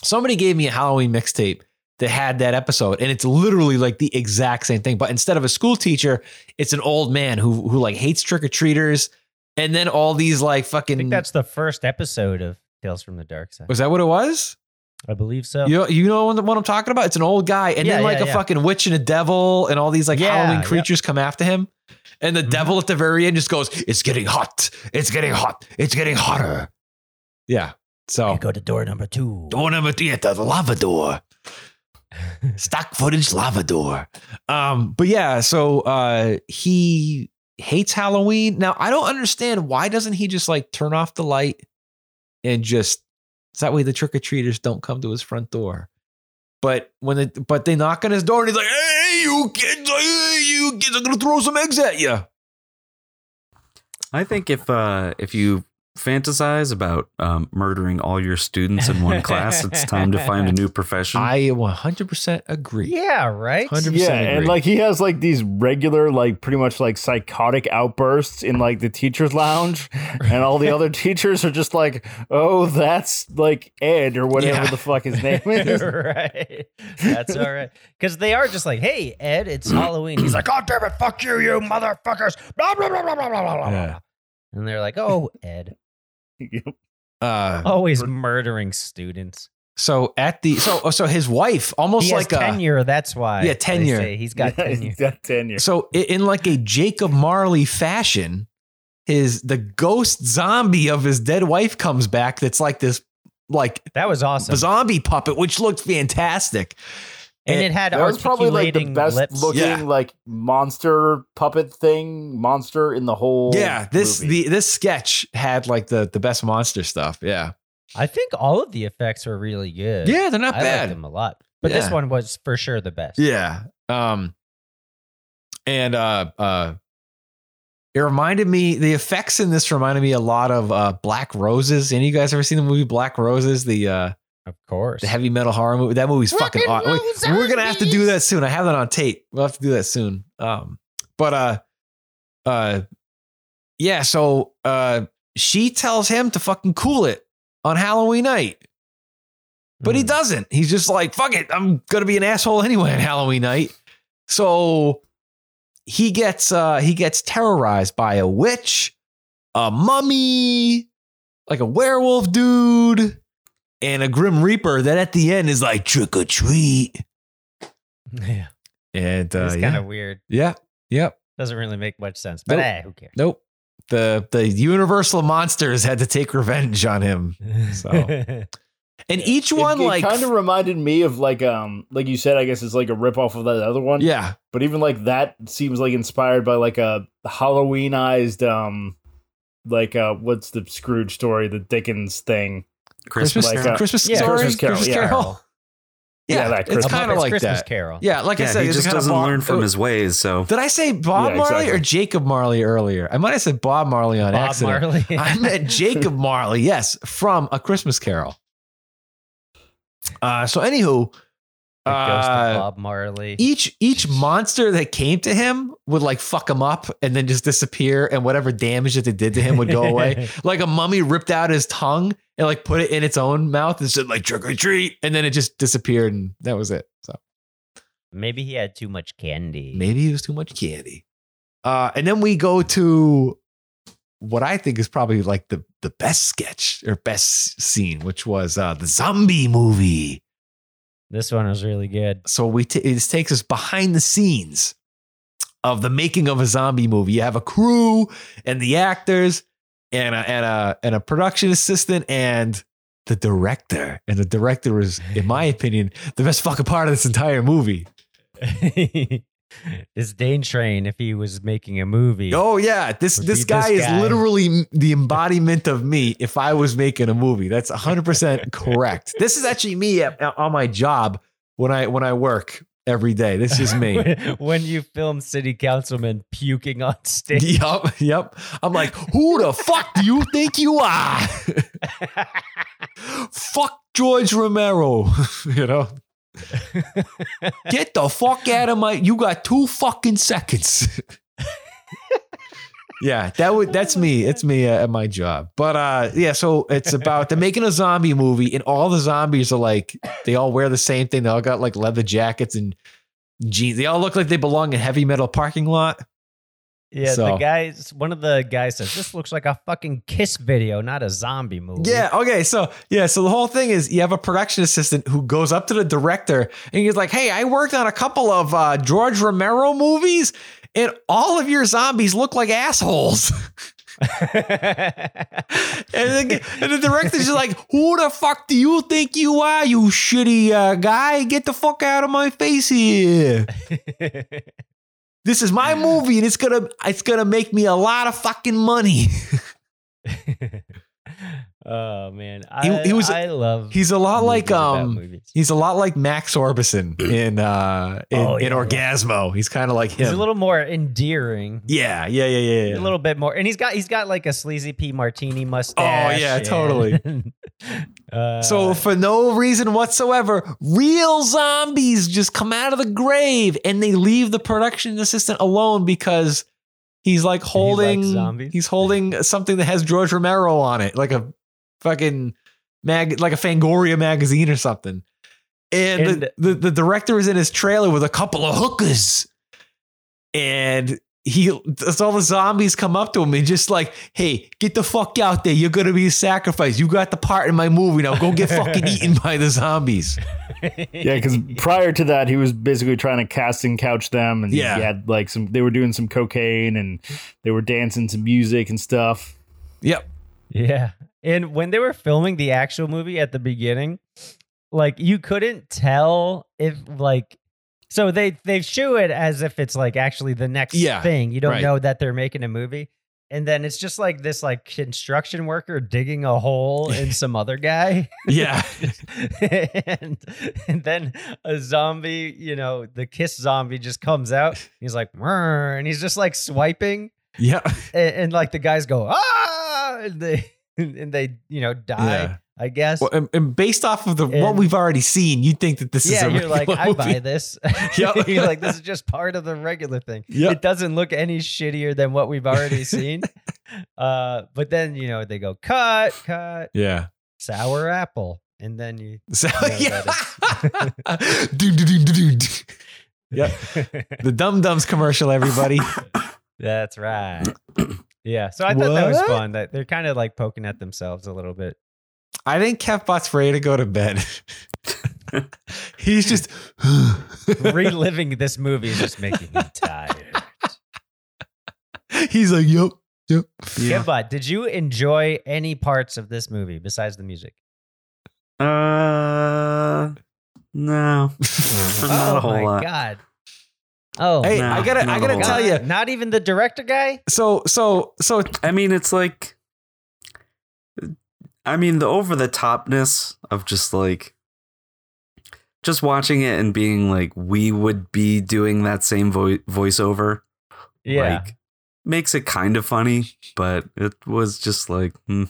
Speaker 9: somebody gave me a Halloween mixtape that had that episode, and it's literally like the exact same thing. But instead of a school teacher, it's an old man who who like hates trick or treaters, and then all these like fucking.
Speaker 11: I think that's the first episode of Tales from the Dark Side.
Speaker 9: Was that what it was?
Speaker 11: I believe so.
Speaker 9: You know, you know what I'm talking about? It's an old guy, and
Speaker 11: Yeah,
Speaker 9: then like
Speaker 11: yeah,
Speaker 9: a
Speaker 11: yeah.
Speaker 9: fucking witch and a devil, and all these like
Speaker 11: Yeah, Mm-hmm.
Speaker 9: Halloween
Speaker 11: yep.
Speaker 9: creatures come after him. And the devil at the very end just goes, "It's getting hot. It's getting hot. It's getting hotter." Yeah. So
Speaker 11: go to door number two.
Speaker 9: Door number three at the lava door. Stock footage lava door. Um, but yeah, so uh he hates Halloween. Now I don't understand why doesn't he just like turn off the light and just so that way the trick-or-treaters don't come to his front door. But when they but they knock on his door and he's like, hey, you kids, hey, you kids, I'm gonna throw some eggs at you.
Speaker 5: I think if uh, if you fantasize about um, murdering all your students in one class, it's time to find a new profession.
Speaker 9: I 100% agree.
Speaker 11: Yeah, right.
Speaker 12: yeah, and like he has like these regular, like pretty much like psychotic outbursts in like the teachers' lounge, and all the other teachers are just like, "Oh, that's like Ed or whatever
Speaker 11: Yeah.
Speaker 12: the fuck his name is."
Speaker 11: right. That's all right. Because they are just like, hey, Ed, it's Halloween. He's like, oh, damn it, fuck you, you motherfuckers. Blah, blah, blah, blah, blah, blah, blah, blah. And they're like, oh, Ed.
Speaker 9: Uh,
Speaker 11: Always murdering students.
Speaker 9: So at the so so his wife almost
Speaker 11: He has
Speaker 9: like a
Speaker 11: tenure. that's why.
Speaker 9: Yeah,
Speaker 11: they
Speaker 9: tenure.
Speaker 11: say He's got
Speaker 12: Yeah, he's
Speaker 11: tenure.
Speaker 12: got tenure.
Speaker 9: So i- in like a Jacob Marley fashion, his the ghost zombie of his dead wife comes back. That's like this, like
Speaker 11: that was awesome
Speaker 9: zombie puppet, which looked fantastic.
Speaker 11: And it had
Speaker 12: That was probably like the
Speaker 11: articulating
Speaker 12: best
Speaker 11: lips.
Speaker 12: looking
Speaker 9: Yeah.
Speaker 12: like monster puppet thing, monster in the whole.
Speaker 9: yeah this
Speaker 12: movie.
Speaker 9: the this sketch had like the the best monster stuff. Yeah,
Speaker 11: I think all of the effects are really good.
Speaker 9: Yeah, they're not
Speaker 11: I
Speaker 9: bad.
Speaker 11: Like them a lot, but
Speaker 9: Yeah.
Speaker 11: this one was for sure the best.
Speaker 9: yeah. Um, and uh, uh, it reminded me the effects in this reminded me a lot of uh Black Roses. Any of you guys ever seen the movie Black Roses? The uh
Speaker 11: Of course.
Speaker 9: The heavy metal horror movie. That movie's fucking
Speaker 11: Rock and
Speaker 9: awesome.
Speaker 11: roll
Speaker 9: We're gonna have to do that soon. I have that on tape. We'll have to do that soon. Um, but uh, uh, yeah. So uh, she tells him to fucking cool it on Halloween night, but
Speaker 11: Hmm.
Speaker 9: he doesn't. He's just like, fuck it. I'm gonna be an asshole anyway on Halloween night. So he gets uh he gets terrorized by a witch, a mummy, like a werewolf dude, and a grim reaper that at the end is like trick or treat.
Speaker 11: Yeah.
Speaker 9: And uh,
Speaker 11: it's
Speaker 9: yeah.
Speaker 11: kind of weird.
Speaker 9: Yeah. Yep.
Speaker 11: Doesn't really make much sense. But
Speaker 9: Nope.
Speaker 11: eh, who cares?
Speaker 9: Nope. The the universal monsters had to take revenge on him. So and each one
Speaker 12: it,
Speaker 9: like
Speaker 12: kind of reminded me of like um like you said, I guess it's like a ripoff of that other one.
Speaker 9: Yeah.
Speaker 12: But even like that seems like inspired by like a Halloweenized um like uh what's the Scrooge story, the Dickens thing.
Speaker 9: Christmas- Christmas
Speaker 12: yeah,
Speaker 9: story?
Speaker 12: Christmas Carol.
Speaker 9: Christmas
Speaker 12: yeah.
Speaker 9: Carol.
Speaker 12: Yeah,
Speaker 9: yeah,
Speaker 12: that
Speaker 9: it's
Speaker 12: Christmas-
Speaker 9: kind of
Speaker 12: Muppets
Speaker 9: like
Speaker 12: Christmas
Speaker 9: that.
Speaker 12: Carol.
Speaker 9: Yeah, like I
Speaker 5: Yeah,
Speaker 9: said,
Speaker 5: he
Speaker 9: it's
Speaker 5: just
Speaker 9: kinda uh,
Speaker 5: doesn't
Speaker 9: Bob-
Speaker 5: learn from his ways. So
Speaker 9: Did I say Bob
Speaker 5: Yeah,
Speaker 9: Marley
Speaker 5: exactly.
Speaker 9: or Jacob Marley earlier? I might have said Bob Marley on
Speaker 11: Bob
Speaker 9: accident.
Speaker 11: Marley.
Speaker 9: I meant Jacob Marley, yes, from A Christmas Carol. Uh, so, anywho,
Speaker 11: The ghost
Speaker 9: uh,
Speaker 11: of Bob Marley.
Speaker 9: each each monster that came to him would like fuck him up and then just disappear, and whatever damage that they did to him would go away. like a mummy ripped out his tongue and like put it in its own mouth and said like trick or treat, and then it just disappeared, and that was it. So
Speaker 11: Maybe he had too much candy.
Speaker 9: maybe it was too much candy. Uh, and then we go to what I think is probably like the the best sketch or best scene, which was uh, the zombie movie.
Speaker 11: This one was really good.
Speaker 9: So we t- it just takes us behind the scenes of the making of a zombie movie. You have a crew and the actors and a, and a and a production assistant and the director. And the director was, in my opinion, the best fucking part of this entire movie.
Speaker 11: This Dane Train, if he was making a movie.
Speaker 9: Oh yeah, this
Speaker 11: would
Speaker 9: this
Speaker 11: be
Speaker 9: guy,
Speaker 11: guy.
Speaker 9: is literally m- the embodiment of me. If I was making a movie, that's 100 percent correct. This is actually me at, on my job when I when I work every day. This is me.
Speaker 11: when you film city councilman puking on stage.
Speaker 9: Yep, yep. I'm like, who the fuck do you think you are? fuck George Romero. you know, get the fuck out of my. You got two fucking seconds. yeah, that would that's me. It's me uh, at my job. But uh yeah, so it's about they're making a zombie movie and all the zombies are like they all wear the same thing. They all got like leather jackets and jeans. They all look like they belong in heavy metal parking lot.
Speaker 11: Yeah,
Speaker 9: So-
Speaker 11: the guys. One of the guys says, "This looks like a fucking kiss video, not a zombie movie."
Speaker 9: Yeah. Okay. So yeah. So the whole thing is you have a production assistant who goes up to the director and he's like, "Hey, I worked on a couple of uh, George Romero movies, and all of your zombies look like assholes." and, the, and the director's just like, "Who the fuck do you think you are, you shitty uh, guy? Get the fuck out of my face here!" This is my movie, and it's gonna it's gonna make me a lot of fucking money.
Speaker 11: Oh man,
Speaker 9: He-
Speaker 11: I,
Speaker 9: he was-
Speaker 11: I love.
Speaker 9: He's a lot like
Speaker 11: movies about
Speaker 9: um
Speaker 11: movies.
Speaker 9: he's a lot like Max Orbison in uh in,
Speaker 11: Oh,
Speaker 9: in
Speaker 11: yeah.
Speaker 9: Orgasmo. He's kind of like him.
Speaker 11: He's a little more endearing.
Speaker 9: yeah, yeah, yeah, yeah. yeah.
Speaker 11: A little bit more, and he's got he's got like a sleazy P martini
Speaker 9: oh
Speaker 11: mustache.
Speaker 9: yeah,
Speaker 11: and-
Speaker 9: totally.
Speaker 11: Uh,
Speaker 9: so for no reason whatsoever, real zombies just come out of the grave and they leave the production assistant alone because he's like holding
Speaker 11: zombies?
Speaker 9: he's holding something that has George Romero on it, like a fucking mag like a Fangoria magazine or something. And, the, the, the director is in his trailer with a couple of hookers. And he that's all the zombies come up to him and just like, hey, get the fuck out there. You're gonna be sacrificed. You got the part in my movie now. Go get fucking eaten by the zombies.
Speaker 12: yeah, because prior to that, he was basically trying to casting couch them, and
Speaker 9: Yeah.
Speaker 12: he had like some. They were doing some cocaine, and they were dancing to music and stuff.
Speaker 9: Yep.
Speaker 11: Yeah. And when they were filming the actual movie at the beginning, like you couldn't tell if like so they they show it as if it's like actually the next
Speaker 9: Yeah,
Speaker 11: thing. You don't
Speaker 9: right.
Speaker 11: know that they're making a movie. And then it's just like this like construction worker digging a hole in some other guy.
Speaker 9: Yeah.
Speaker 11: and, and then a zombie, you know, the kiss zombie just comes out. He's like, "Mrrr," and he's just like swiping
Speaker 9: Yeah.
Speaker 11: and, and like the guys go ah and they and they you know die
Speaker 9: Yeah.
Speaker 11: i guess
Speaker 9: Well, and, and based off of the what
Speaker 11: And-
Speaker 9: we've already seen, you'd think that this is
Speaker 11: yeah
Speaker 9: a
Speaker 11: you're like
Speaker 9: regular
Speaker 11: i buy
Speaker 9: movie.
Speaker 11: this
Speaker 9: Yep.
Speaker 11: you're like this is just part of the regular thing
Speaker 9: Yep.
Speaker 11: it doesn't look any shittier than what we've already seen uh but then you know they go cut cut
Speaker 9: Yeah.
Speaker 11: sour apple and then you
Speaker 9: So
Speaker 11: know that
Speaker 9: yeah.
Speaker 11: it's-
Speaker 9: Do, do, do, do, do. Yep. the Dum Dums commercial, everybody.
Speaker 11: that's right yeah so i thought that was
Speaker 9: What?
Speaker 11: fun that they're kind of like poking at themselves a little bit
Speaker 9: I think Kefbot's ready to go to bed. He's just
Speaker 11: reliving this movie is just making me tired
Speaker 9: he's like, yep, yep.
Speaker 11: Yeah. but did you enjoy any parts of this movie besides the music?
Speaker 5: Uh, no, not a whole
Speaker 11: my
Speaker 5: lot.
Speaker 11: god. Oh,
Speaker 9: Hey,
Speaker 5: Nah,
Speaker 9: I gotta, I
Speaker 5: not a
Speaker 9: gotta
Speaker 5: whole
Speaker 9: tell
Speaker 11: God.
Speaker 9: you.
Speaker 11: Oh, Not even the director guy?
Speaker 9: So, so, so
Speaker 5: I mean, it's like, I mean, the over the topness of just like, just watching it and being like, we would be doing that same vo- voiceover.
Speaker 11: Yeah.
Speaker 5: Like, makes it kind of funny, but it was just like, hmm,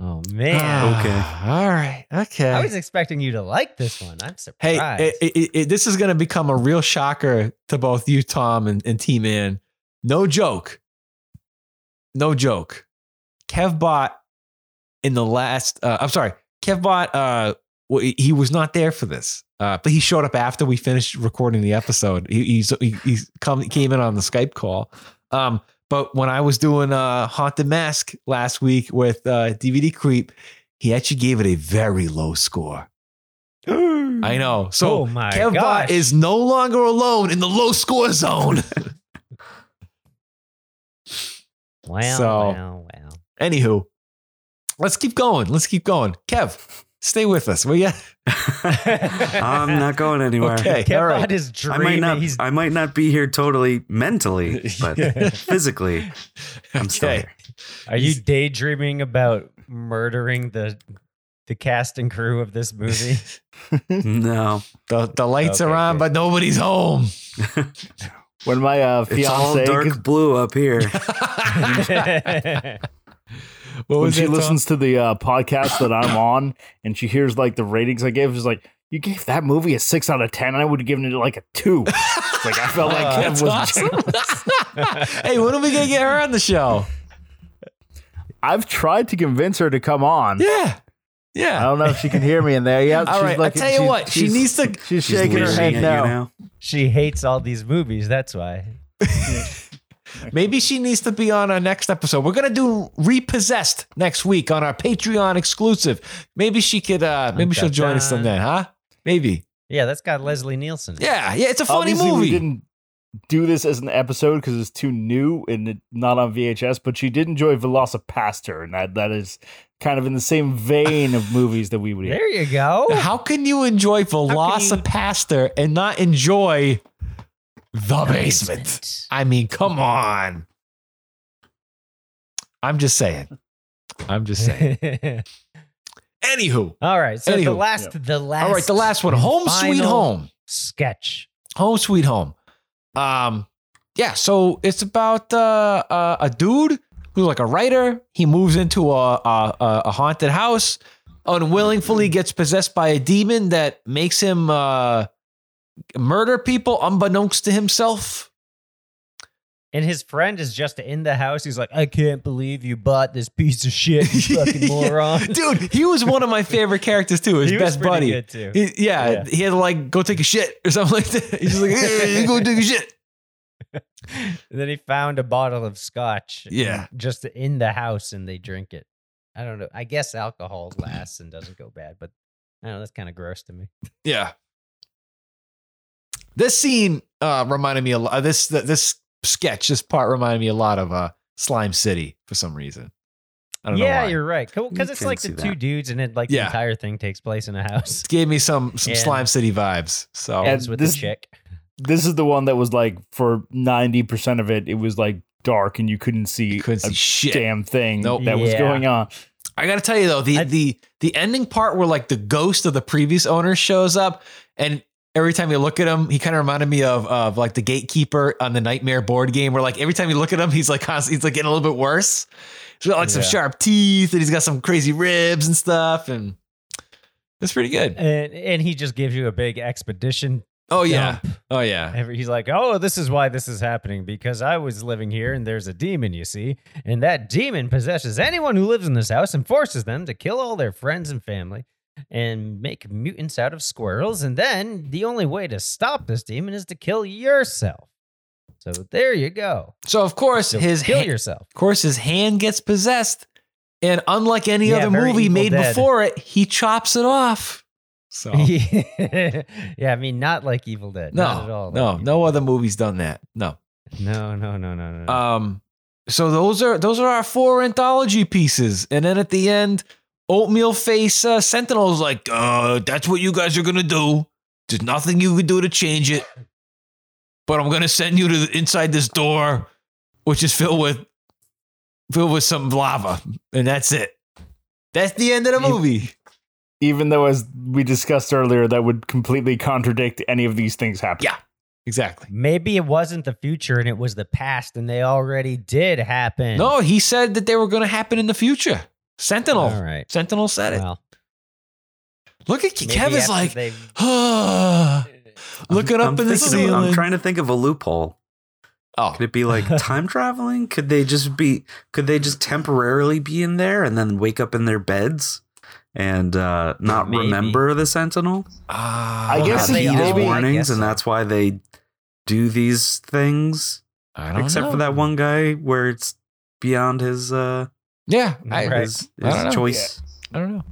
Speaker 11: oh man.
Speaker 5: okay.
Speaker 9: Ah, All right, okay.
Speaker 11: I was expecting you to like this one. I'm
Speaker 9: Hey,
Speaker 11: surprised.
Speaker 9: it- it- it- it- this is going to become a real shocker to both you, Tom, and, and T Man. No joke. No joke. Kevbot in the last, uh, I'm sorry, Kevbot, uh, well, he- he was not there for this, uh, but he showed up after we finished recording the episode. He, he's, he, he's come, came in on the Skype call. Um, but when I was doing uh, Haunted Mask last week with uh, DVD Creep, he actually gave it a very low score. I know. So
Speaker 11: Oh my
Speaker 9: Kevbot
Speaker 11: gosh.
Speaker 9: is no longer alone in the low score zone.
Speaker 11: wow,
Speaker 9: so-
Speaker 11: wow, wow.
Speaker 9: Anywho, let's keep going. Let's keep going. Kev, stay with us, will ya?
Speaker 5: I'm not going anywhere.
Speaker 9: Okay.
Speaker 11: Kevbot
Speaker 9: all right.
Speaker 11: is
Speaker 5: I
Speaker 11: dreaming.
Speaker 5: might not.
Speaker 11: He's
Speaker 5: I might not be here totally mentally, but
Speaker 9: Yeah.
Speaker 5: physically, I'm still
Speaker 9: Okay.
Speaker 5: here.
Speaker 11: Are you daydreaming about murdering the the cast and crew of this movie?
Speaker 5: No,
Speaker 9: The, the lights are
Speaker 11: Okay,
Speaker 9: on,
Speaker 11: good.
Speaker 9: but nobody's home.
Speaker 12: When my uh,
Speaker 5: it's all
Speaker 12: fiance,
Speaker 5: dark blue up here.
Speaker 9: What
Speaker 12: when
Speaker 9: was
Speaker 12: she
Speaker 9: it, Tom?
Speaker 12: listens to the uh, podcast that I'm on, and she hears like the ratings I give, she's like, "You gave that movie a six out of ten. I would have given it like a two.
Speaker 9: Like I felt like Kev was generous. hey, when are we gonna get her on the show?
Speaker 12: I've tried to convince her to come on.
Speaker 9: Yeah. Yeah.
Speaker 12: I don't know if she can hear me in there. Yeah.
Speaker 9: All
Speaker 12: she's
Speaker 9: right, I
Speaker 12: like-
Speaker 9: tell you
Speaker 12: she's-
Speaker 9: what, she
Speaker 12: she's-
Speaker 9: needs to-
Speaker 12: She's
Speaker 9: She's
Speaker 12: shaking her
Speaker 9: leering
Speaker 12: head
Speaker 9: at you
Speaker 12: now.
Speaker 9: now.
Speaker 11: She hates all these movies. That's why.
Speaker 9: Uh, Maybe she needs to be on our next episode. We're gonna do repossessed next week on our Patreon exclusive. Maybe she could. uh Maybe she'll join us then, huh? Maybe.
Speaker 11: Yeah, that's got Leslie Nielsen.
Speaker 9: Yeah, yeah, it's a funny
Speaker 12: Obviously,
Speaker 9: movie.
Speaker 12: We didn't do this as an episode because it's too new and it- not on VHS. But she did enjoy Velocipaster, and that that is kind of in the same vein of movies that we would.
Speaker 11: There you go.
Speaker 9: How can you enjoy Velocipaster and not enjoy The Basement? I mean, come on. I'm just saying. I'm just saying. Anywho.
Speaker 11: All right. So the
Speaker 9: Anywho.
Speaker 11: last, the last.
Speaker 9: All right, the last one. Home
Speaker 11: final
Speaker 9: Sweet Home.
Speaker 11: Sketch.
Speaker 9: Home Sweet Home. Um, yeah. So it's about uh, uh, a dude who's like a writer. He moves into a, a a- a haunted house, unwillingly gets possessed by a demon that makes him uh, murder people unbeknownst to himself.
Speaker 11: And his friend is just in the house. He's like, I can't believe you bought this piece of shit, you fucking moron.
Speaker 9: Dude, he was one of my favorite characters too. His
Speaker 11: He was
Speaker 9: best
Speaker 11: pretty
Speaker 9: buddy.
Speaker 11: good, too.
Speaker 9: He- yeah,
Speaker 11: Yeah.
Speaker 9: he had to like go take a shit or something like that. He's just like, "Hey, you go take a shit.
Speaker 11: And then he found a bottle of scotch.
Speaker 9: Yeah.
Speaker 11: Just in the house and they drink it. I don't know. I guess alcohol lasts and doesn't go bad, but I don't know. That's kind of gross to me.
Speaker 9: Yeah. This scene uh, reminded me a lot. This this sketch, this part reminded me a lot of uh, Slime City for some reason. I don't know
Speaker 11: yeah,
Speaker 9: why.
Speaker 11: you're right. Because it's
Speaker 9: can
Speaker 11: like the
Speaker 9: see
Speaker 11: two
Speaker 9: that.
Speaker 11: dudes and it like the
Speaker 9: Yeah.
Speaker 11: entire thing takes place in a house.
Speaker 9: It gave me some some
Speaker 11: And-
Speaker 9: Slime City vibes. So
Speaker 11: Ends with
Speaker 12: this-
Speaker 11: the chick.
Speaker 12: This is the one that was like for ninety percent of it, it was like dark and you couldn't see
Speaker 9: couldn't
Speaker 12: a
Speaker 9: see shit.
Speaker 12: damn thing
Speaker 9: Nope.
Speaker 12: that was
Speaker 9: Yeah.
Speaker 12: going on.
Speaker 9: I gotta tell you though, the the the ending part where like the ghost of the previous owner shows up, and every time you look at him, he kind of reminded me of of like the gatekeeper on the nightmare board game, where like every time you look at him, he's like constantly he's like getting a little bit worse. He's got like some
Speaker 11: Yeah.
Speaker 9: sharp teeth, and he's got some crazy ribs and stuff, and it's pretty good.
Speaker 11: And and he just gives you a big expedition.
Speaker 9: Oh yeah, oh yeah.
Speaker 11: Every- He's like, oh, this is why this is happening because I was living here and there's a demon, you see. And that demon possesses anyone who lives in this house and forces them to kill all their friends and family and make mutants out of squirrels. And then the only way to stop this demon is to kill yourself. So there you go.
Speaker 9: So of course
Speaker 11: So
Speaker 9: his
Speaker 11: kill
Speaker 9: ha-
Speaker 11: yourself.
Speaker 9: Of course his hand gets possessed, and unlike any
Speaker 11: Yeah,
Speaker 9: other
Speaker 11: very
Speaker 9: movie
Speaker 11: Evil
Speaker 9: made
Speaker 11: Dead.
Speaker 9: before it, he chops it off. So
Speaker 11: yeah, I mean, not like Evil Dead.
Speaker 9: Oh. No,
Speaker 11: not at all.
Speaker 9: no, no other movie's done that. No.
Speaker 11: No, no, no, no, no. no.
Speaker 9: Um, so those are those are our four anthology pieces, and then at the end, Oatmeal Face uh, Sentinel's like, uh, "That's what you guys are gonna do. There's nothing you can do to change it, but I'm gonna send you to the, inside this door, which is filled with filled with some lava, and that's it. That's the end of the movie."
Speaker 12: Even though, as we discussed earlier, that would completely contradict any of these things happening.
Speaker 9: Yeah, exactly.
Speaker 11: Maybe it wasn't the future and it was the past and they already did happen.
Speaker 9: No, he said that they were going to happen in the future. Sentinel.
Speaker 11: All right.
Speaker 9: Sentinel said it.
Speaker 11: Well.
Speaker 9: Look at
Speaker 11: Maybe
Speaker 9: Kevin's
Speaker 11: after
Speaker 9: like,
Speaker 11: they've-
Speaker 9: "Ah," looking up in the
Speaker 5: thinking of-
Speaker 9: ceiling.
Speaker 5: I'm trying to think of a loophole.
Speaker 9: Oh.
Speaker 5: Could it be like time traveling? Could they just be could they just temporarily be in there and then wake up in their beds and uh, not
Speaker 11: Maybe.
Speaker 5: remember the sentinel?
Speaker 9: I
Speaker 5: Or
Speaker 12: guess
Speaker 5: have
Speaker 12: he
Speaker 5: these
Speaker 12: maybe-
Speaker 11: I
Speaker 5: warnings
Speaker 11: guess
Speaker 5: and
Speaker 11: so.
Speaker 5: that's why they do these things.
Speaker 9: I don't
Speaker 5: Except
Speaker 9: know.
Speaker 5: for that one guy where it's beyond his uh
Speaker 9: Yeah, I,
Speaker 11: Right.
Speaker 5: his,
Speaker 9: I don't
Speaker 5: his
Speaker 9: know.
Speaker 5: choice.
Speaker 9: I don't know.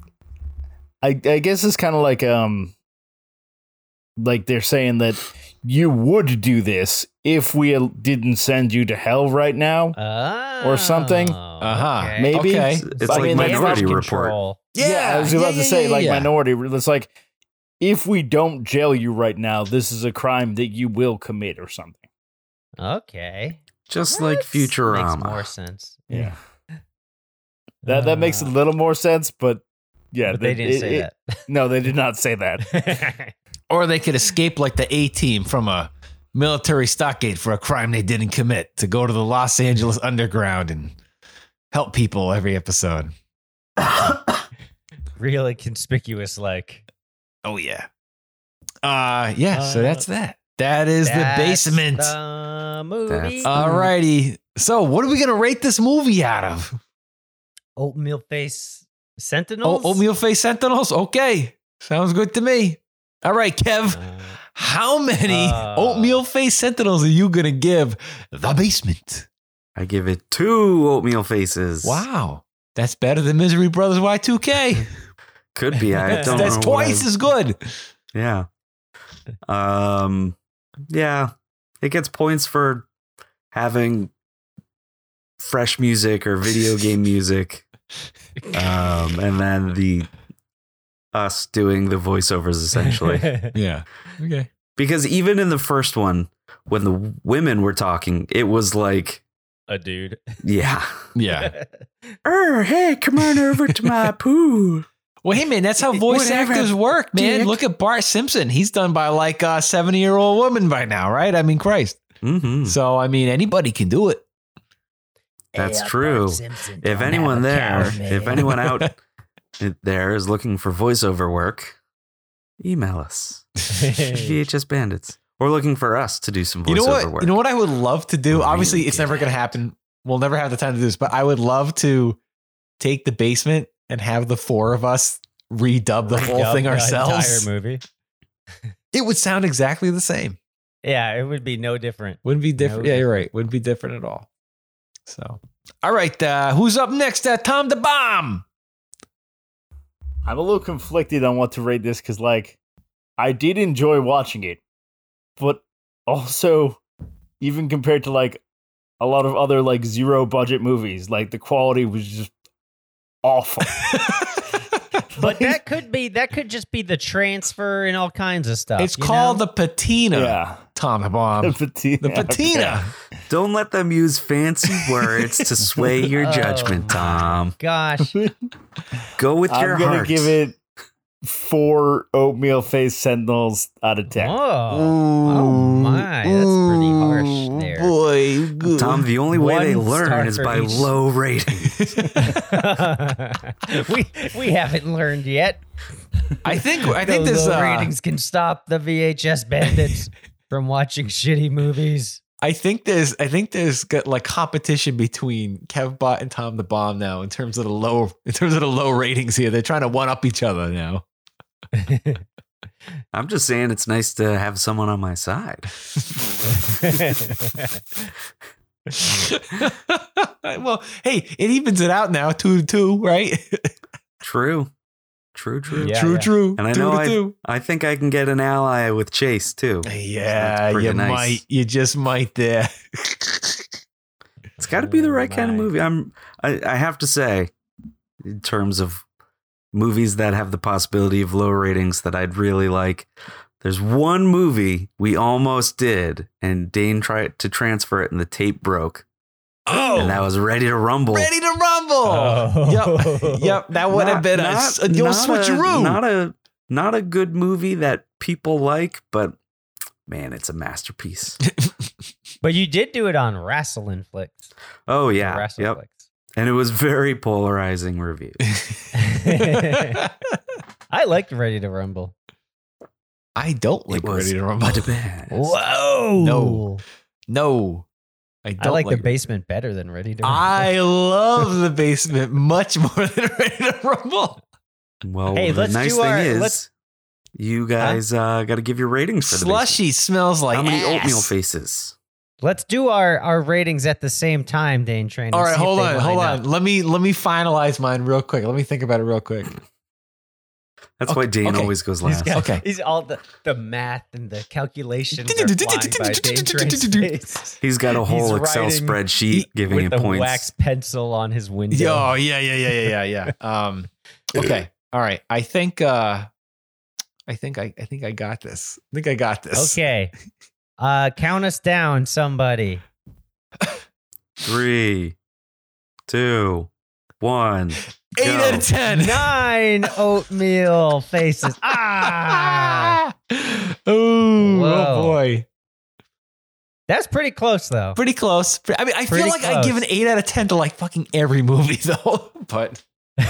Speaker 12: I, I guess it's kind of like um like they're saying that you would do this if we didn't send you to hell right
Speaker 9: Uh,
Speaker 12: now.
Speaker 11: Oh,
Speaker 12: Or something.
Speaker 9: Uh-huh.
Speaker 11: okay.
Speaker 12: Maybe
Speaker 9: Okay.
Speaker 5: It's like
Speaker 12: that's not-
Speaker 5: Minority
Speaker 11: Damage
Speaker 5: Report.
Speaker 11: control.
Speaker 12: Yeah, I was about
Speaker 9: yeah,
Speaker 12: to say
Speaker 9: yeah,
Speaker 12: like
Speaker 9: yeah.
Speaker 12: minority. It's like if we don't jail you right now, this is a crime that you will commit or something.
Speaker 11: Okay.
Speaker 5: Just like
Speaker 11: That's- makes more
Speaker 5: Futurama.
Speaker 11: sense.
Speaker 12: Yeah, that that makes a
Speaker 11: Uh,
Speaker 12: little more sense, but yeah,
Speaker 11: but they didn't
Speaker 12: it-
Speaker 11: say
Speaker 12: it- No, they did not say that.
Speaker 11: that.
Speaker 9: Or they could escape like the A team from a military stockade for a crime they didn't commit to go to the Los Angeles underground and help people every episode.
Speaker 11: really conspicuous, like.
Speaker 9: Oh yeah. Uh yeah, so
Speaker 11: Uh,
Speaker 9: that's that. That is
Speaker 11: That's
Speaker 9: the basement.
Speaker 11: the movie.
Speaker 9: All righty. So, what are we gonna rate this movie out of?
Speaker 11: Oatmeal face sentinels.
Speaker 9: Oh, oatmeal face sentinels. Okay, sounds good to me. All right, Kev. how many
Speaker 11: uh,
Speaker 9: oatmeal face sentinels are you gonna give the basement?
Speaker 5: I give it two oatmeal faces.
Speaker 9: Wow, that's better than Misery Brothers Y2K.
Speaker 5: Could be. I
Speaker 9: that's
Speaker 5: don't
Speaker 9: that's
Speaker 5: know. what
Speaker 9: twice
Speaker 5: I-
Speaker 9: as good.
Speaker 5: Yeah. Um yeah. It gets points for having fresh music or video game music. Um and then the us doing the voiceovers essentially.
Speaker 9: yeah. Okay.
Speaker 5: because even in the first one when the women were talking, it was like,
Speaker 11: a dude.
Speaker 5: yeah.
Speaker 9: Yeah.
Speaker 5: Er, hey, come on over to my pool.
Speaker 9: Well, hey man, that's how voice
Speaker 5: Whatever,
Speaker 9: actors work, man.
Speaker 5: dick.
Speaker 9: Look at Bart Simpson. He's done by like a 70 year old woman by now, right? I mean, Christ.
Speaker 5: Mm-hmm.
Speaker 9: So, I mean, anybody can do it.
Speaker 5: That's true. If anyone there, if anyone out there is looking for voiceover work, email us VHS Bandits or looking for us to do some voiceover
Speaker 9: You know what?
Speaker 5: work.
Speaker 9: You know what I would love to do?
Speaker 5: Really
Speaker 9: Obviously, it's never going to happen. We'll never have the time to do this, but I would love to take the basement and have the four of us redub the whole
Speaker 11: Yup,
Speaker 9: thing
Speaker 11: the
Speaker 9: ourselves.
Speaker 11: Entire movie.
Speaker 9: It would sound exactly the same.
Speaker 11: Yeah, it would be no different.
Speaker 9: Wouldn't be different.
Speaker 11: No.
Speaker 9: Yeah, you're right. Wouldn't be different at all. So, all right. Uh, who's up next? Uh, Tom the Bomb.
Speaker 12: I'm a little conflicted on what to rate this because, like, I did enjoy watching it, but also, even compared to like a lot of other like zero budget movies, like the quality was just awful.
Speaker 11: But that could be that could just be the transfer and all kinds of stuff.
Speaker 9: It's
Speaker 11: you
Speaker 9: called
Speaker 11: know?
Speaker 9: the patina.
Speaker 12: yeah,
Speaker 9: Tom the
Speaker 11: Um,
Speaker 9: Bomb.
Speaker 12: patina.
Speaker 9: The patina.
Speaker 5: Don't let them use fancy words to sway your
Speaker 11: Oh.
Speaker 5: judgment, Tom.
Speaker 11: gosh.
Speaker 5: Go with your
Speaker 12: I'm gonna
Speaker 5: heart.
Speaker 12: give it four oatmeal face sentinels out of ten.
Speaker 11: Whoa. Oh my, that's pretty harsh there.
Speaker 9: Mm, Boy,
Speaker 5: Tom, the only way they
Speaker 11: One star
Speaker 5: learn is
Speaker 11: for
Speaker 5: by
Speaker 11: each.
Speaker 5: low rating.
Speaker 11: we we haven't learned yet.
Speaker 9: I think I think
Speaker 11: the
Speaker 9: this
Speaker 11: low
Speaker 9: uh,
Speaker 11: ratings can stop the VHS bandits from watching shitty movies.
Speaker 9: I think there's I think there's got like competition between Kevbot and Tom the Bomb now in terms of the low in terms of the low ratings here. They're trying to one up each other now.
Speaker 5: I'm just saying it's nice to have someone on my side.
Speaker 11: Mm.
Speaker 9: well, hey, it evens it out now, two to two, right?
Speaker 5: True. True, true.
Speaker 11: Yeah,
Speaker 9: true,
Speaker 11: yeah.
Speaker 9: true.
Speaker 5: And I
Speaker 9: two
Speaker 5: know
Speaker 9: to
Speaker 5: I-
Speaker 9: two.
Speaker 5: I think I can get an ally with Chase too.
Speaker 9: Yeah,
Speaker 5: That's pretty
Speaker 9: you
Speaker 5: nice.
Speaker 9: might. You just might there.
Speaker 5: It's got to be the
Speaker 11: Oh,
Speaker 5: right kind of
Speaker 11: my.
Speaker 5: movie. I'm. I, I have to say, in terms of movies that have the possibility of low ratings that I'd really like, there's one movie we almost did, and Dane tried to transfer it, and the tape broke,
Speaker 9: Oh,
Speaker 5: and that was Ready to Rumble.
Speaker 9: ready to rumble.
Speaker 11: Oh.
Speaker 9: Yep, yep. That would have
Speaker 5: Not-
Speaker 9: been a,
Speaker 5: not-
Speaker 9: s- uh, a deal
Speaker 5: not
Speaker 9: switcheroo.
Speaker 5: Not a not a good movie that people like, but man, it's a masterpiece.
Speaker 11: But you did do it on Wrestling Flicks.
Speaker 5: Oh yeah,
Speaker 11: Wrestling
Speaker 5: yep. And it was very polarizing reviews.
Speaker 11: Flicks. I liked Ready to Rumble.
Speaker 9: I don't like
Speaker 5: it was
Speaker 9: ready to rumble.
Speaker 5: a debate.
Speaker 11: Whoa.
Speaker 9: No. No, I don't
Speaker 11: I like, the
Speaker 9: basement.
Speaker 11: basement better than Ready to Rumble.
Speaker 9: I love the basement much more than ready to rumble.
Speaker 5: Well,
Speaker 11: Hey,
Speaker 5: the
Speaker 11: let's
Speaker 5: nice
Speaker 11: do
Speaker 5: thing
Speaker 11: our-
Speaker 5: is,
Speaker 11: let's-
Speaker 5: you guys uh, got to give your ratings for the basement.
Speaker 9: Slushy smells like
Speaker 5: How many
Speaker 9: ass.
Speaker 5: oatmeal faces?
Speaker 11: Let's do our, our ratings at the same time, Dane Train.
Speaker 9: All right, hold on, hold on. Let me let me finalize mine real quick. Let me think about it real quick.
Speaker 5: That's why Dane
Speaker 9: okay.
Speaker 5: always goes
Speaker 11: He's
Speaker 5: last.
Speaker 11: got-
Speaker 9: Okay.
Speaker 11: He's all the, the math and the calculations are flying by Dane Train's face.
Speaker 5: He's got a whole
Speaker 11: He's
Speaker 5: Excel
Speaker 11: writing
Speaker 5: spreadsheet giving
Speaker 11: with
Speaker 5: him
Speaker 11: the
Speaker 5: points.
Speaker 11: wax pencil on his window.
Speaker 9: Yo, Oh, yeah, yeah, yeah, yeah, yeah, yeah. Um, okay, all right. I think uh, I think I I think I got this. I think I got this.
Speaker 11: Okay. Uh, count us down, somebody.
Speaker 5: Three, two, one.
Speaker 9: eight
Speaker 5: go.
Speaker 9: out of ten.
Speaker 11: Nine oatmeal faces. Ah,
Speaker 9: Ooh,
Speaker 11: Whoa.
Speaker 9: oh boy.
Speaker 11: that's pretty close though.
Speaker 9: Pretty close. Pre- I mean, I
Speaker 11: Pretty
Speaker 9: feel like I give
Speaker 11: close.
Speaker 9: an eight out of ten to like fucking every movie though. But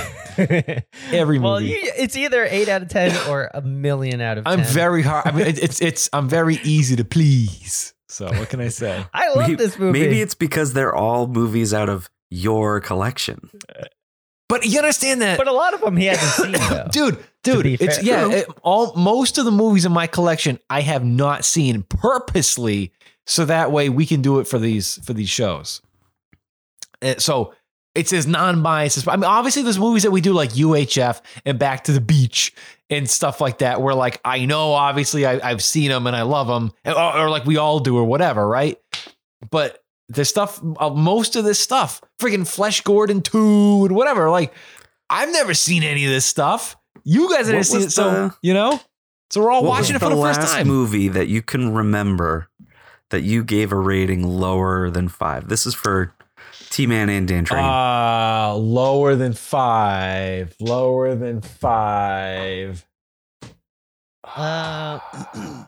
Speaker 9: Every movie.
Speaker 11: Well, you, it's either eight out of ten or a million out of. 10.
Speaker 9: I'm very hard. I mean, it, it's it's I'm very easy to please. So what can I say?
Speaker 11: I love
Speaker 5: maybe,
Speaker 11: this movie.
Speaker 5: Maybe it's because they're all movies out of your collection.
Speaker 9: But you understand that.
Speaker 11: But a lot of them he hasn't seen, though.
Speaker 9: dude, dude,
Speaker 11: uh, be
Speaker 9: it's
Speaker 11: fair.
Speaker 9: yeah.
Speaker 11: True.
Speaker 9: it- all most of the movies in my collection I have not seen purposely, so that way we can do it for these for these shows. Uh, so it's as non-biased as I mean. Obviously, there's movies that we do like UHF and Back to the Beach and stuff like that, where like I know obviously I, I've seen them and I love them, or, or like we all do or whatever, right? But the stuff, uh, most of this stuff, freaking Flesh Gordon two and whatever, like I've never seen any of this stuff. You guys
Speaker 5: What
Speaker 9: haven't seen
Speaker 5: was
Speaker 9: it, so
Speaker 5: the-
Speaker 9: you know. So we're all
Speaker 5: What
Speaker 9: watching it
Speaker 5: was
Speaker 9: for the, first
Speaker 5: last
Speaker 9: time.
Speaker 5: movie that you can remember that you gave a rating lower than five. This is for T Man and Dan Train.
Speaker 9: Uh, lower than five. Lower than five.
Speaker 11: Uh,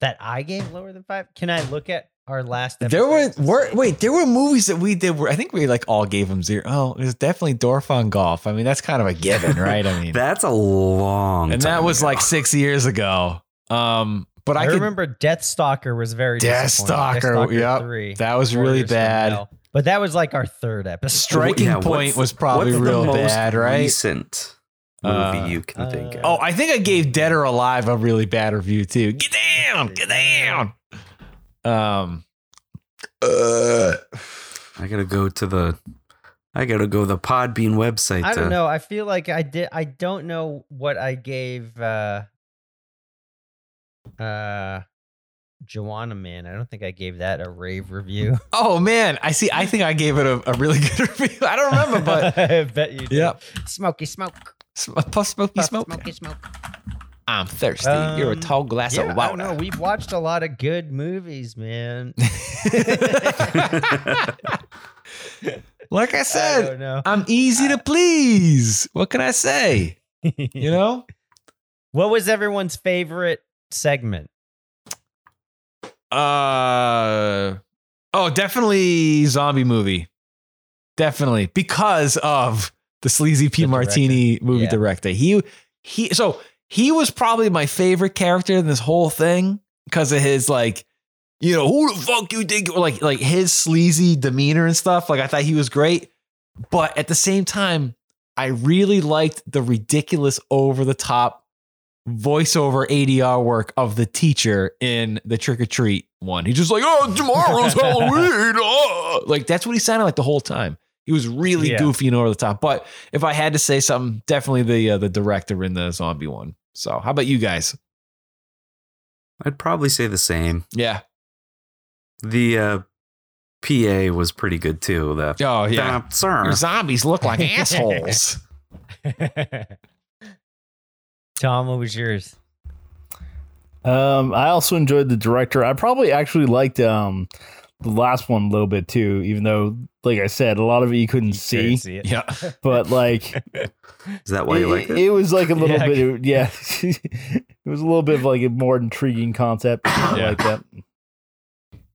Speaker 11: that I gave lower than five. Can I look at our last? Episode?
Speaker 9: There were, were wait, there were movies that we did where I think we like all gave them zero. Oh, it was definitely Dorf on Golf. I mean, that's kind of a given, right? I mean,
Speaker 5: That's a long
Speaker 9: and that
Speaker 5: time
Speaker 9: was
Speaker 5: ago.
Speaker 9: like six years ago. Um, but
Speaker 11: I,
Speaker 9: I, could,
Speaker 11: remember Death Stalker was very
Speaker 9: Death
Speaker 11: disappointing.
Speaker 9: Stalker, yep. That was
Speaker 11: Warriors
Speaker 9: really
Speaker 11: from
Speaker 9: bad.
Speaker 11: Hell. But that was like our third episode.
Speaker 9: Striking
Speaker 5: Yeah,
Speaker 9: Point
Speaker 5: what's-
Speaker 9: was probably
Speaker 5: what's the
Speaker 9: real
Speaker 5: most
Speaker 9: bad, right?
Speaker 5: Recent movie
Speaker 9: Uh,
Speaker 5: you can
Speaker 11: uh,
Speaker 5: think of.
Speaker 9: Oh, I think I gave Dead or Alive a really bad review too. Get down, get down. Um, uh,
Speaker 5: I gotta go to the. I gotta go to the Podbean website.
Speaker 11: I
Speaker 9: uh
Speaker 5: to-
Speaker 11: don't know. I feel like I did. I don't know what I gave. uh Uh, Joanna Man. I don't think I gave that a rave review.
Speaker 9: oh man, I see. I think I gave it a, a really good review. I don't remember, but
Speaker 11: I bet you. Did.
Speaker 9: yeah,
Speaker 11: Smoky smoke.
Speaker 9: Sm- puff, smoky
Speaker 11: Puff,
Speaker 9: smoke.
Speaker 11: Smoky smoke.
Speaker 9: I'm thirsty. You're a
Speaker 11: Um,
Speaker 9: tall glass
Speaker 11: yeah,
Speaker 9: of
Speaker 11: I don't know.
Speaker 9: water.
Speaker 11: We've watched a lot of good movies, man.
Speaker 9: Like I
Speaker 11: I
Speaker 9: said,
Speaker 11: don't know.
Speaker 9: I'm easy to please. What can I say? You know.
Speaker 11: what was everyone's favorite segment?
Speaker 9: Uh oh, definitely zombie movie. Definitely because of the sleazy P
Speaker 11: The
Speaker 9: Martini movie
Speaker 11: Yeah.
Speaker 9: director. He he so he was probably my favorite character in this whole thing because of his like you know who the fuck you think or like like his sleazy demeanor and stuff. Like I thought he was great, but at the same time, I really liked the ridiculous over the top voiceover ADR work of the teacher in the trick or treat one. He's just like, oh, tomorrow's Halloween. ah." Like, that's what he sounded like the whole time. He was really
Speaker 11: Yeah.
Speaker 9: goofy and over the top. But if I had to say something, definitely the uh, the director in the zombie one. So, how about you guys?
Speaker 5: I'd probably say the same.
Speaker 9: Yeah.
Speaker 5: The uh, PA was pretty good too. The
Speaker 9: Oh, yeah.
Speaker 5: Nah, sir.
Speaker 9: Your zombies look like assholes.
Speaker 11: Tom, what was yours?
Speaker 12: Um, I also enjoyed the director. I probably actually liked um the last one a little bit too, even though, like I said, a lot of it you couldn't see.
Speaker 11: Couldn't see it.
Speaker 9: yeah.
Speaker 12: But like,
Speaker 5: Is that why you like it?
Speaker 12: was like a little
Speaker 11: Yeah.
Speaker 12: bit. Yeah, it was a little bit of like a more intriguing concept. I like that.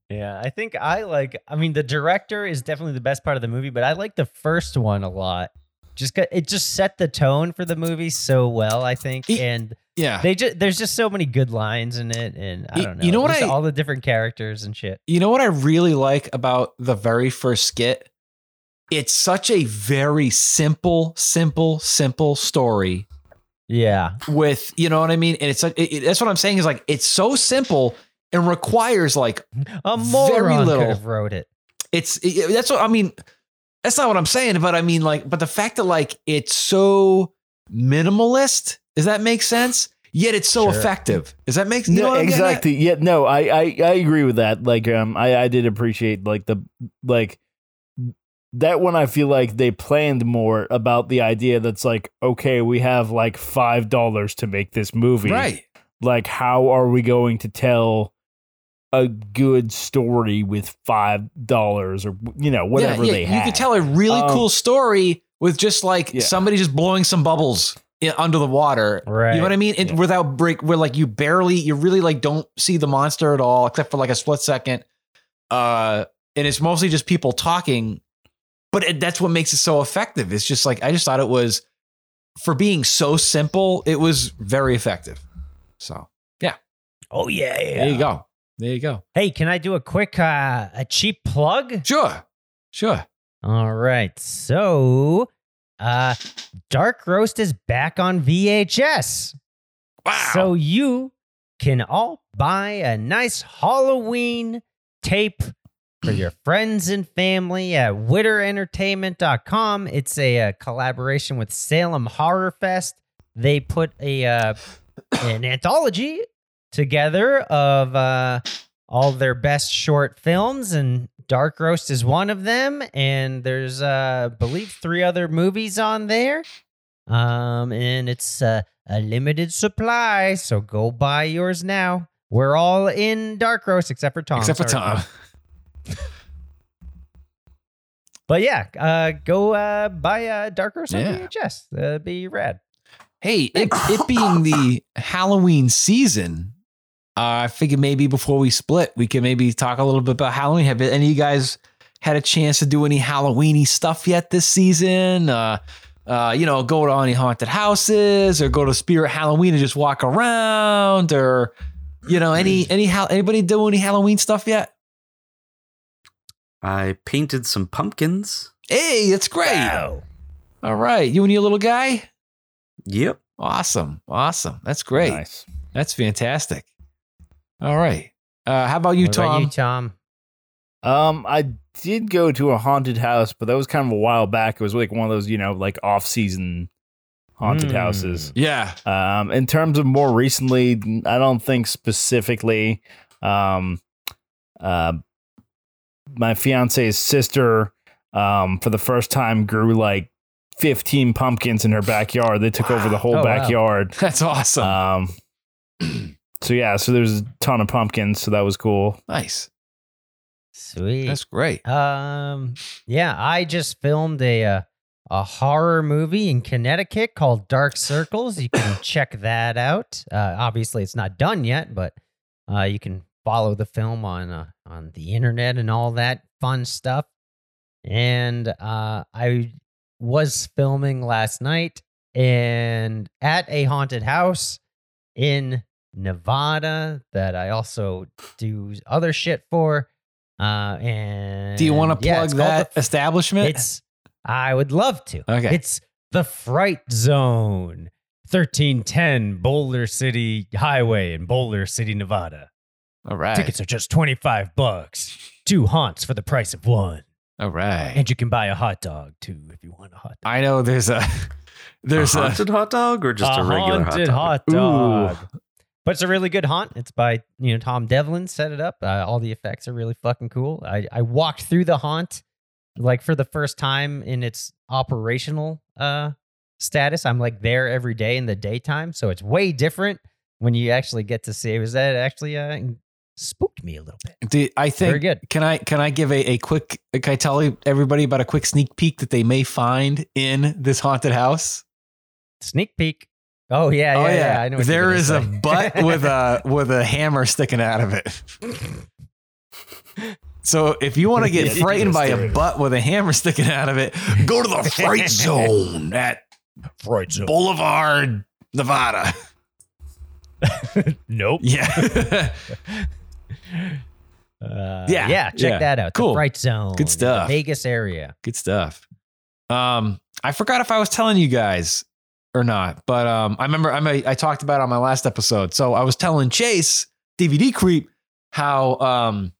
Speaker 11: Yeah, I think I like. I mean, the director is definitely the best part of the movie, but I like the first one a lot. Just 'cause- it just set the tone for the movie so well, I think,
Speaker 9: It-
Speaker 11: and
Speaker 9: Yeah.
Speaker 11: they just there's just so many good lines in it, and I
Speaker 9: Y-
Speaker 11: don't know.
Speaker 9: you know what
Speaker 11: just
Speaker 9: I-
Speaker 11: all the different characters and shit.
Speaker 9: You know what I really like about the very first skit? It's such a very simple, simple, simple story
Speaker 11: Yeah,
Speaker 9: with, you know what I mean? And it's like, it, it- that's what I'm saying is like, it's so simple and requires like,
Speaker 11: a
Speaker 9: Very
Speaker 11: moron
Speaker 9: little.
Speaker 11: could have wrote it.
Speaker 9: it's, it- that's what I mean. That's not what I'm saying, but I mean, like, but the fact that like it's so minimalist, does that make sense? Yet it's so
Speaker 11: Sure.
Speaker 9: effective. Does that make you know
Speaker 12: no,
Speaker 9: what I'm getting at?
Speaker 12: exactly. Yeah, no, I, I I agree with that. Like, um, I I did appreciate like the like that one. I feel like they planned more about the idea that's like, okay, we have like five dollars to make this movie,
Speaker 9: Right.
Speaker 12: Like, how are we going to tell a good story with five dollars or you know whatever
Speaker 9: yeah,
Speaker 12: they
Speaker 9: You
Speaker 12: have?
Speaker 9: could tell a really
Speaker 12: Um,
Speaker 9: cool story with just like
Speaker 12: Yeah.
Speaker 9: somebody just blowing some bubbles in, under the water.
Speaker 11: Right.
Speaker 9: You know what I mean? And without break, where like you barely, you really like don't see the monster at all, except for like a split second. Uh, and it's mostly just people talking. But it, that's what makes it so effective. It's just like I just thought it was for being so simple, it was very effective. So yeah.
Speaker 11: Oh yeah. yeah.
Speaker 9: There you go. There you go.
Speaker 11: Hey, can I do a quick uh a cheap plug?
Speaker 9: Sure. Sure.
Speaker 11: All right. So uh Dark Roast is back on VHS.
Speaker 9: Wow.
Speaker 11: So you can all buy a nice Halloween tape for your friends and family at witterentertainment.com. It's a, uh collaboration with Salem Horror Fest. They put a uh, an anthology together of uh, all their best short films, and Dark Roast is one of them. And there's, uh, I believe, three other movies on there. Um, and it's uh, a limited supply, so go buy yours now. We're all in Dark Roast except for Tom.
Speaker 9: Except for
Speaker 11: Sorry,
Speaker 9: Tom.
Speaker 11: But yeah, uh, go uh, buy uh, Dark Roast on
Speaker 9: Yeah.
Speaker 11: VHS. That'd be rad.
Speaker 9: Hey, it, it being the Halloween season, uh, I figured maybe before we split, we could maybe talk a little bit about Halloween. Have any of you guys had a chance to do any Halloweeny stuff yet this season? Uh, uh, you know, go to any haunted houses or go to Spirit Halloween and just walk around, or you know, any any hal- anybody do any Halloween stuff yet?
Speaker 5: I painted some pumpkins.
Speaker 9: Hey, it's great. All right, you and your little guy.
Speaker 5: Yep.
Speaker 9: Awesome. Awesome. That's great. That's fantastic. All right. Uh, how about you,
Speaker 11: What about
Speaker 9: Tom?
Speaker 11: you, Tom?
Speaker 12: Um, I did go to a haunted house, but that was kind of a while back. It was like one of those, you know, like off season haunted
Speaker 9: Mm.
Speaker 12: houses.
Speaker 9: Yeah.
Speaker 12: Um, in terms of more recently, I don't think specifically. Um, uh, my fiance's sister, um, for the first time, grew like 15 pumpkins in her backyard. They took over the whole
Speaker 9: Oh, wow.
Speaker 12: backyard.
Speaker 9: That's awesome.
Speaker 11: Uh,
Speaker 12: Um, so yeah, so there's a ton of pumpkins. So that was cool.
Speaker 9: Nice.
Speaker 11: Sweet.
Speaker 9: That's great.
Speaker 11: Um, yeah, I just filmed a uh, a horror movie in Connecticut called Dark Circles. You can check that out. Uh, obviously, it's not done yet, but uh, you can follow the film on uh, on the internet and all that fun stuff. And uh, I was filming last night and at a haunted house in Nevada that I also do other shit for. Uh, and
Speaker 9: Do you want to
Speaker 11: yeah,
Speaker 9: plug
Speaker 11: it's called
Speaker 9: that
Speaker 11: The,
Speaker 9: establishment?
Speaker 11: it's I would love to.
Speaker 9: Uh, Okay.
Speaker 11: It's the Fright Zone, thirteen ten Boulder City Highway in Boulder City, Nevada.
Speaker 9: All right.
Speaker 11: Tickets are just twenty five bucks. Two haunts for the price of one,
Speaker 9: All right.
Speaker 11: and you can buy a hot dog too if you want a hot.
Speaker 9: I know there's a there's
Speaker 5: a
Speaker 9: a,
Speaker 5: haunted hot dog or just a, regular hot
Speaker 11: haunted
Speaker 5: dog?
Speaker 11: hot
Speaker 9: Ooh.
Speaker 11: dog. But it's a really good haunt. It's by you know Tom Devlin set it up. Uh, all the effects are really fucking cool. I, I walked through the haunt like for the first time in its operational uh status. I'm like there every day in the daytime, so it's way different when you actually get to see. It was that actually uh, spooked me a little bit.
Speaker 9: do- I think
Speaker 11: Very good.
Speaker 9: can I can I give a, a quick can I tell everybody about a quick sneak peek that they may find in this haunted house?
Speaker 11: Sneak peek. Oh yeah, yeah, yeah. I know what you're
Speaker 9: there
Speaker 11: gonna
Speaker 9: is a
Speaker 11: say.
Speaker 9: butt with a with a hammer sticking out of it. So if you want to get
Speaker 12: Yeah,
Speaker 9: frightened by a
Speaker 12: scary.
Speaker 9: butt with a hammer sticking out of it, go to the Fright Zone at
Speaker 12: Freud Zone.
Speaker 9: Boulevard, Nevada.
Speaker 11: nope.
Speaker 9: Yeah.
Speaker 11: Uh,
Speaker 9: Yeah,
Speaker 11: yeah, yeah. Check
Speaker 9: yeah.
Speaker 11: that out.
Speaker 9: Cool.
Speaker 11: The Fright Zone.
Speaker 9: Good stuff.
Speaker 11: The Vegas area.
Speaker 9: Good stuff. Um, I forgot if I was telling you guys or not, but um, I remember I'm a, I talked about it on my last episode. So I was telling Chase DVD creep how um,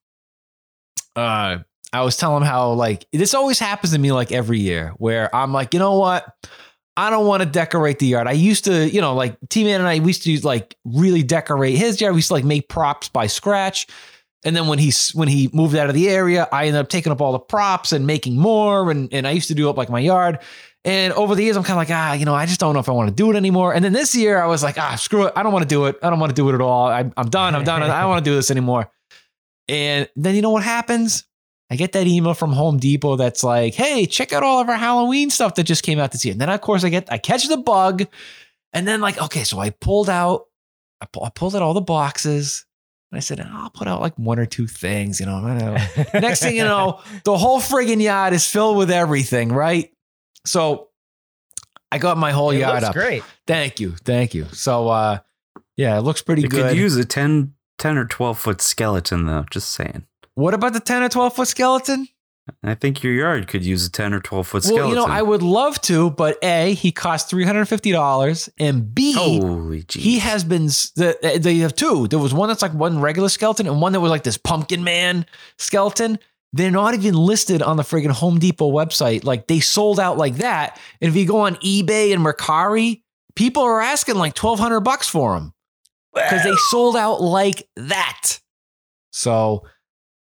Speaker 9: uh, I was telling him how like this always happens to me like every year where I'm like, you know what? I don't want to decorate the yard. I used to, you know, like T Man and I we used to like really decorate his yard. We used to like make props by scratch. And then when he s- when he moved out of the area, I ended up taking up all the props and making more. And and I used to do up like my yard. And over the years, I'm kind of like, ah, you know, I just don't know if I want to do it anymore. And then this year, I was like, ah, screw it, I don't want to do it. I don't want to do it at all. I'm, I'm done. I'm done. I don't want to do this anymore. And then you know what happens? I get that email from Home Depot that's like, hey, check out all of our Halloween stuff that just came out this year. And then of course I get I catch the bug. And then like, okay, so I pulled out, I, pu- I pulled out all the boxes. And I said, "Ah, I'll put out like one or two things, you know. I don't know. Next thing you know, the whole friggin' yard is filled with everything, right? So I got my whole
Speaker 11: It
Speaker 9: yard
Speaker 11: looks
Speaker 9: up.
Speaker 11: great.
Speaker 9: Thank you. Thank you. So uh yeah, it looks pretty
Speaker 5: You
Speaker 9: good.
Speaker 5: could use a 10, 10 or 12 foot skeleton, though, just saying.
Speaker 9: what about the 10 or 12 foot skeleton?
Speaker 5: I think your yard could use a 10 or 12 foot
Speaker 9: Well,
Speaker 5: skeleton.
Speaker 9: you know, I would love to, but A, he cost $350 and B,
Speaker 5: Holy
Speaker 9: he has been s- the, eh, they have two. There was one that's like one regular skeleton and one that was like this pumpkin man skeleton. They're not even listed on the friggin' Home Depot website. Like they sold out like that. And if you go on eBay and Mercari, people are asking like 1200 bucks for them because they sold out like that. So,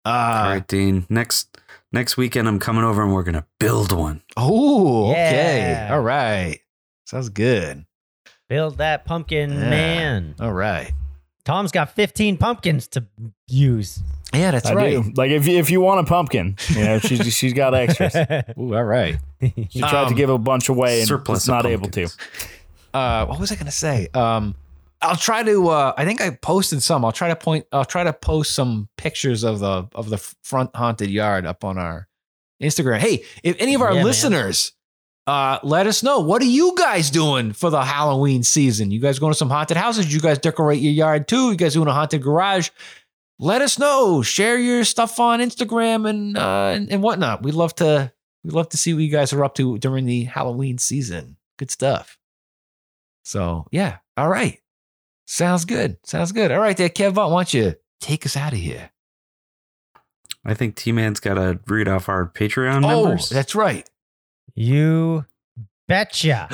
Speaker 9: uh,
Speaker 5: all right, Dean. Next next weekend, I'm coming over and we're gonna build one.
Speaker 9: Oh, okay.
Speaker 11: Yeah.
Speaker 9: All right. Sounds good.
Speaker 11: Build that pumpkin
Speaker 9: Yeah.
Speaker 11: man.
Speaker 9: All right.
Speaker 11: Tom's got 15 pumpkins to use.
Speaker 9: Yeah, that's
Speaker 12: I
Speaker 9: right.
Speaker 12: do. Like if you, if you want a pumpkin, you know she's she's got extras.
Speaker 9: Ooh, all right.
Speaker 12: She tried to
Speaker 9: Um,
Speaker 12: give a bunch away and
Speaker 5: surplus
Speaker 12: was not
Speaker 5: of
Speaker 12: able to.
Speaker 9: uh what was i gonna say um i'll try to uh i think i posted some i'll try to point i'll try to post some pictures of the of the front haunted yard up on our instagram hey if any of our
Speaker 11: Yeah, man.
Speaker 9: listeners uh let us know what are you guys doing for the halloween season you guys going to some haunted houses you guys decorate your yard too you guys doing a haunted garage let us know share your stuff on instagram and uh and, and whatnot we love to we love to see what you guys are up to during the halloween season good stuff so yeah, all right. Sounds good. Sounds good. All right, there, Kev. Vaughn, Why don't you take us out of here?
Speaker 5: I think T Man's gotta read off our Patreon
Speaker 9: oh,
Speaker 5: members.
Speaker 9: that's right.
Speaker 11: You betcha.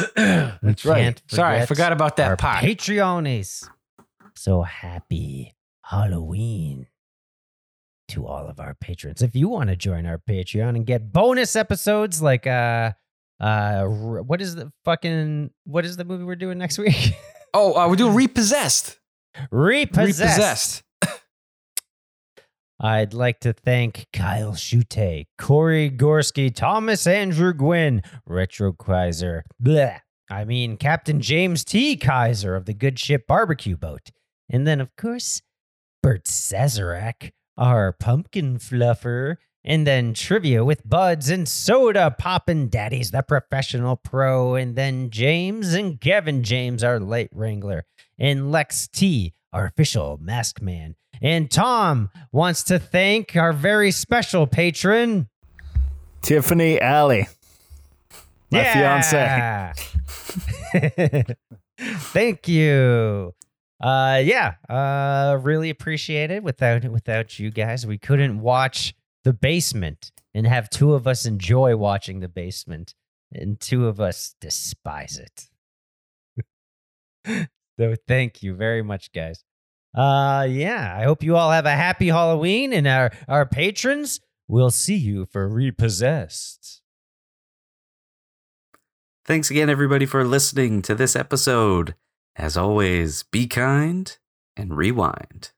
Speaker 9: that's right.
Speaker 11: can't
Speaker 9: Sorry, I
Speaker 11: forget
Speaker 9: forgot about that
Speaker 11: our
Speaker 9: part.
Speaker 11: Patreonies. So happy Halloween to all of our patrons. If you want to join our Patreon and get bonus episodes like uh uh r- what is the fucking what is the movie we're doing next week?
Speaker 9: oh, uh, we're doing repossessed.
Speaker 11: Repossessed.
Speaker 9: Repossessed.
Speaker 11: I'd like to thank Kyle Schute, Corey Gorski, Thomas Andrew Gwynn, Retro Kaiser, bleh. I mean Captain James T. Kaiser of the Good Ship Barbecue Boat. And then, of course, Bert Sazerac, our pumpkin fluffer. And then trivia with buds and soda poppin' daddies, the professional pro. And then James and Kevin James, our late wrangler. And Lex T, our official mask man. And Tom wants to thank our very special patron.
Speaker 12: Tiffany Alley, my fiance.
Speaker 11: fiance. Thank you. Uh yeah. Uh really appreciate it. Without without you guys, we couldn't watch the basement and have two of us enjoy watching the basement and two of us despise it. so thank you very much, guys. Uh yeah. I hope you all have a happy Halloween and our, our patrons. We'll see you for repossessed.
Speaker 5: Thanks again, everybody, for listening to this episode. As always, be kind and rewind.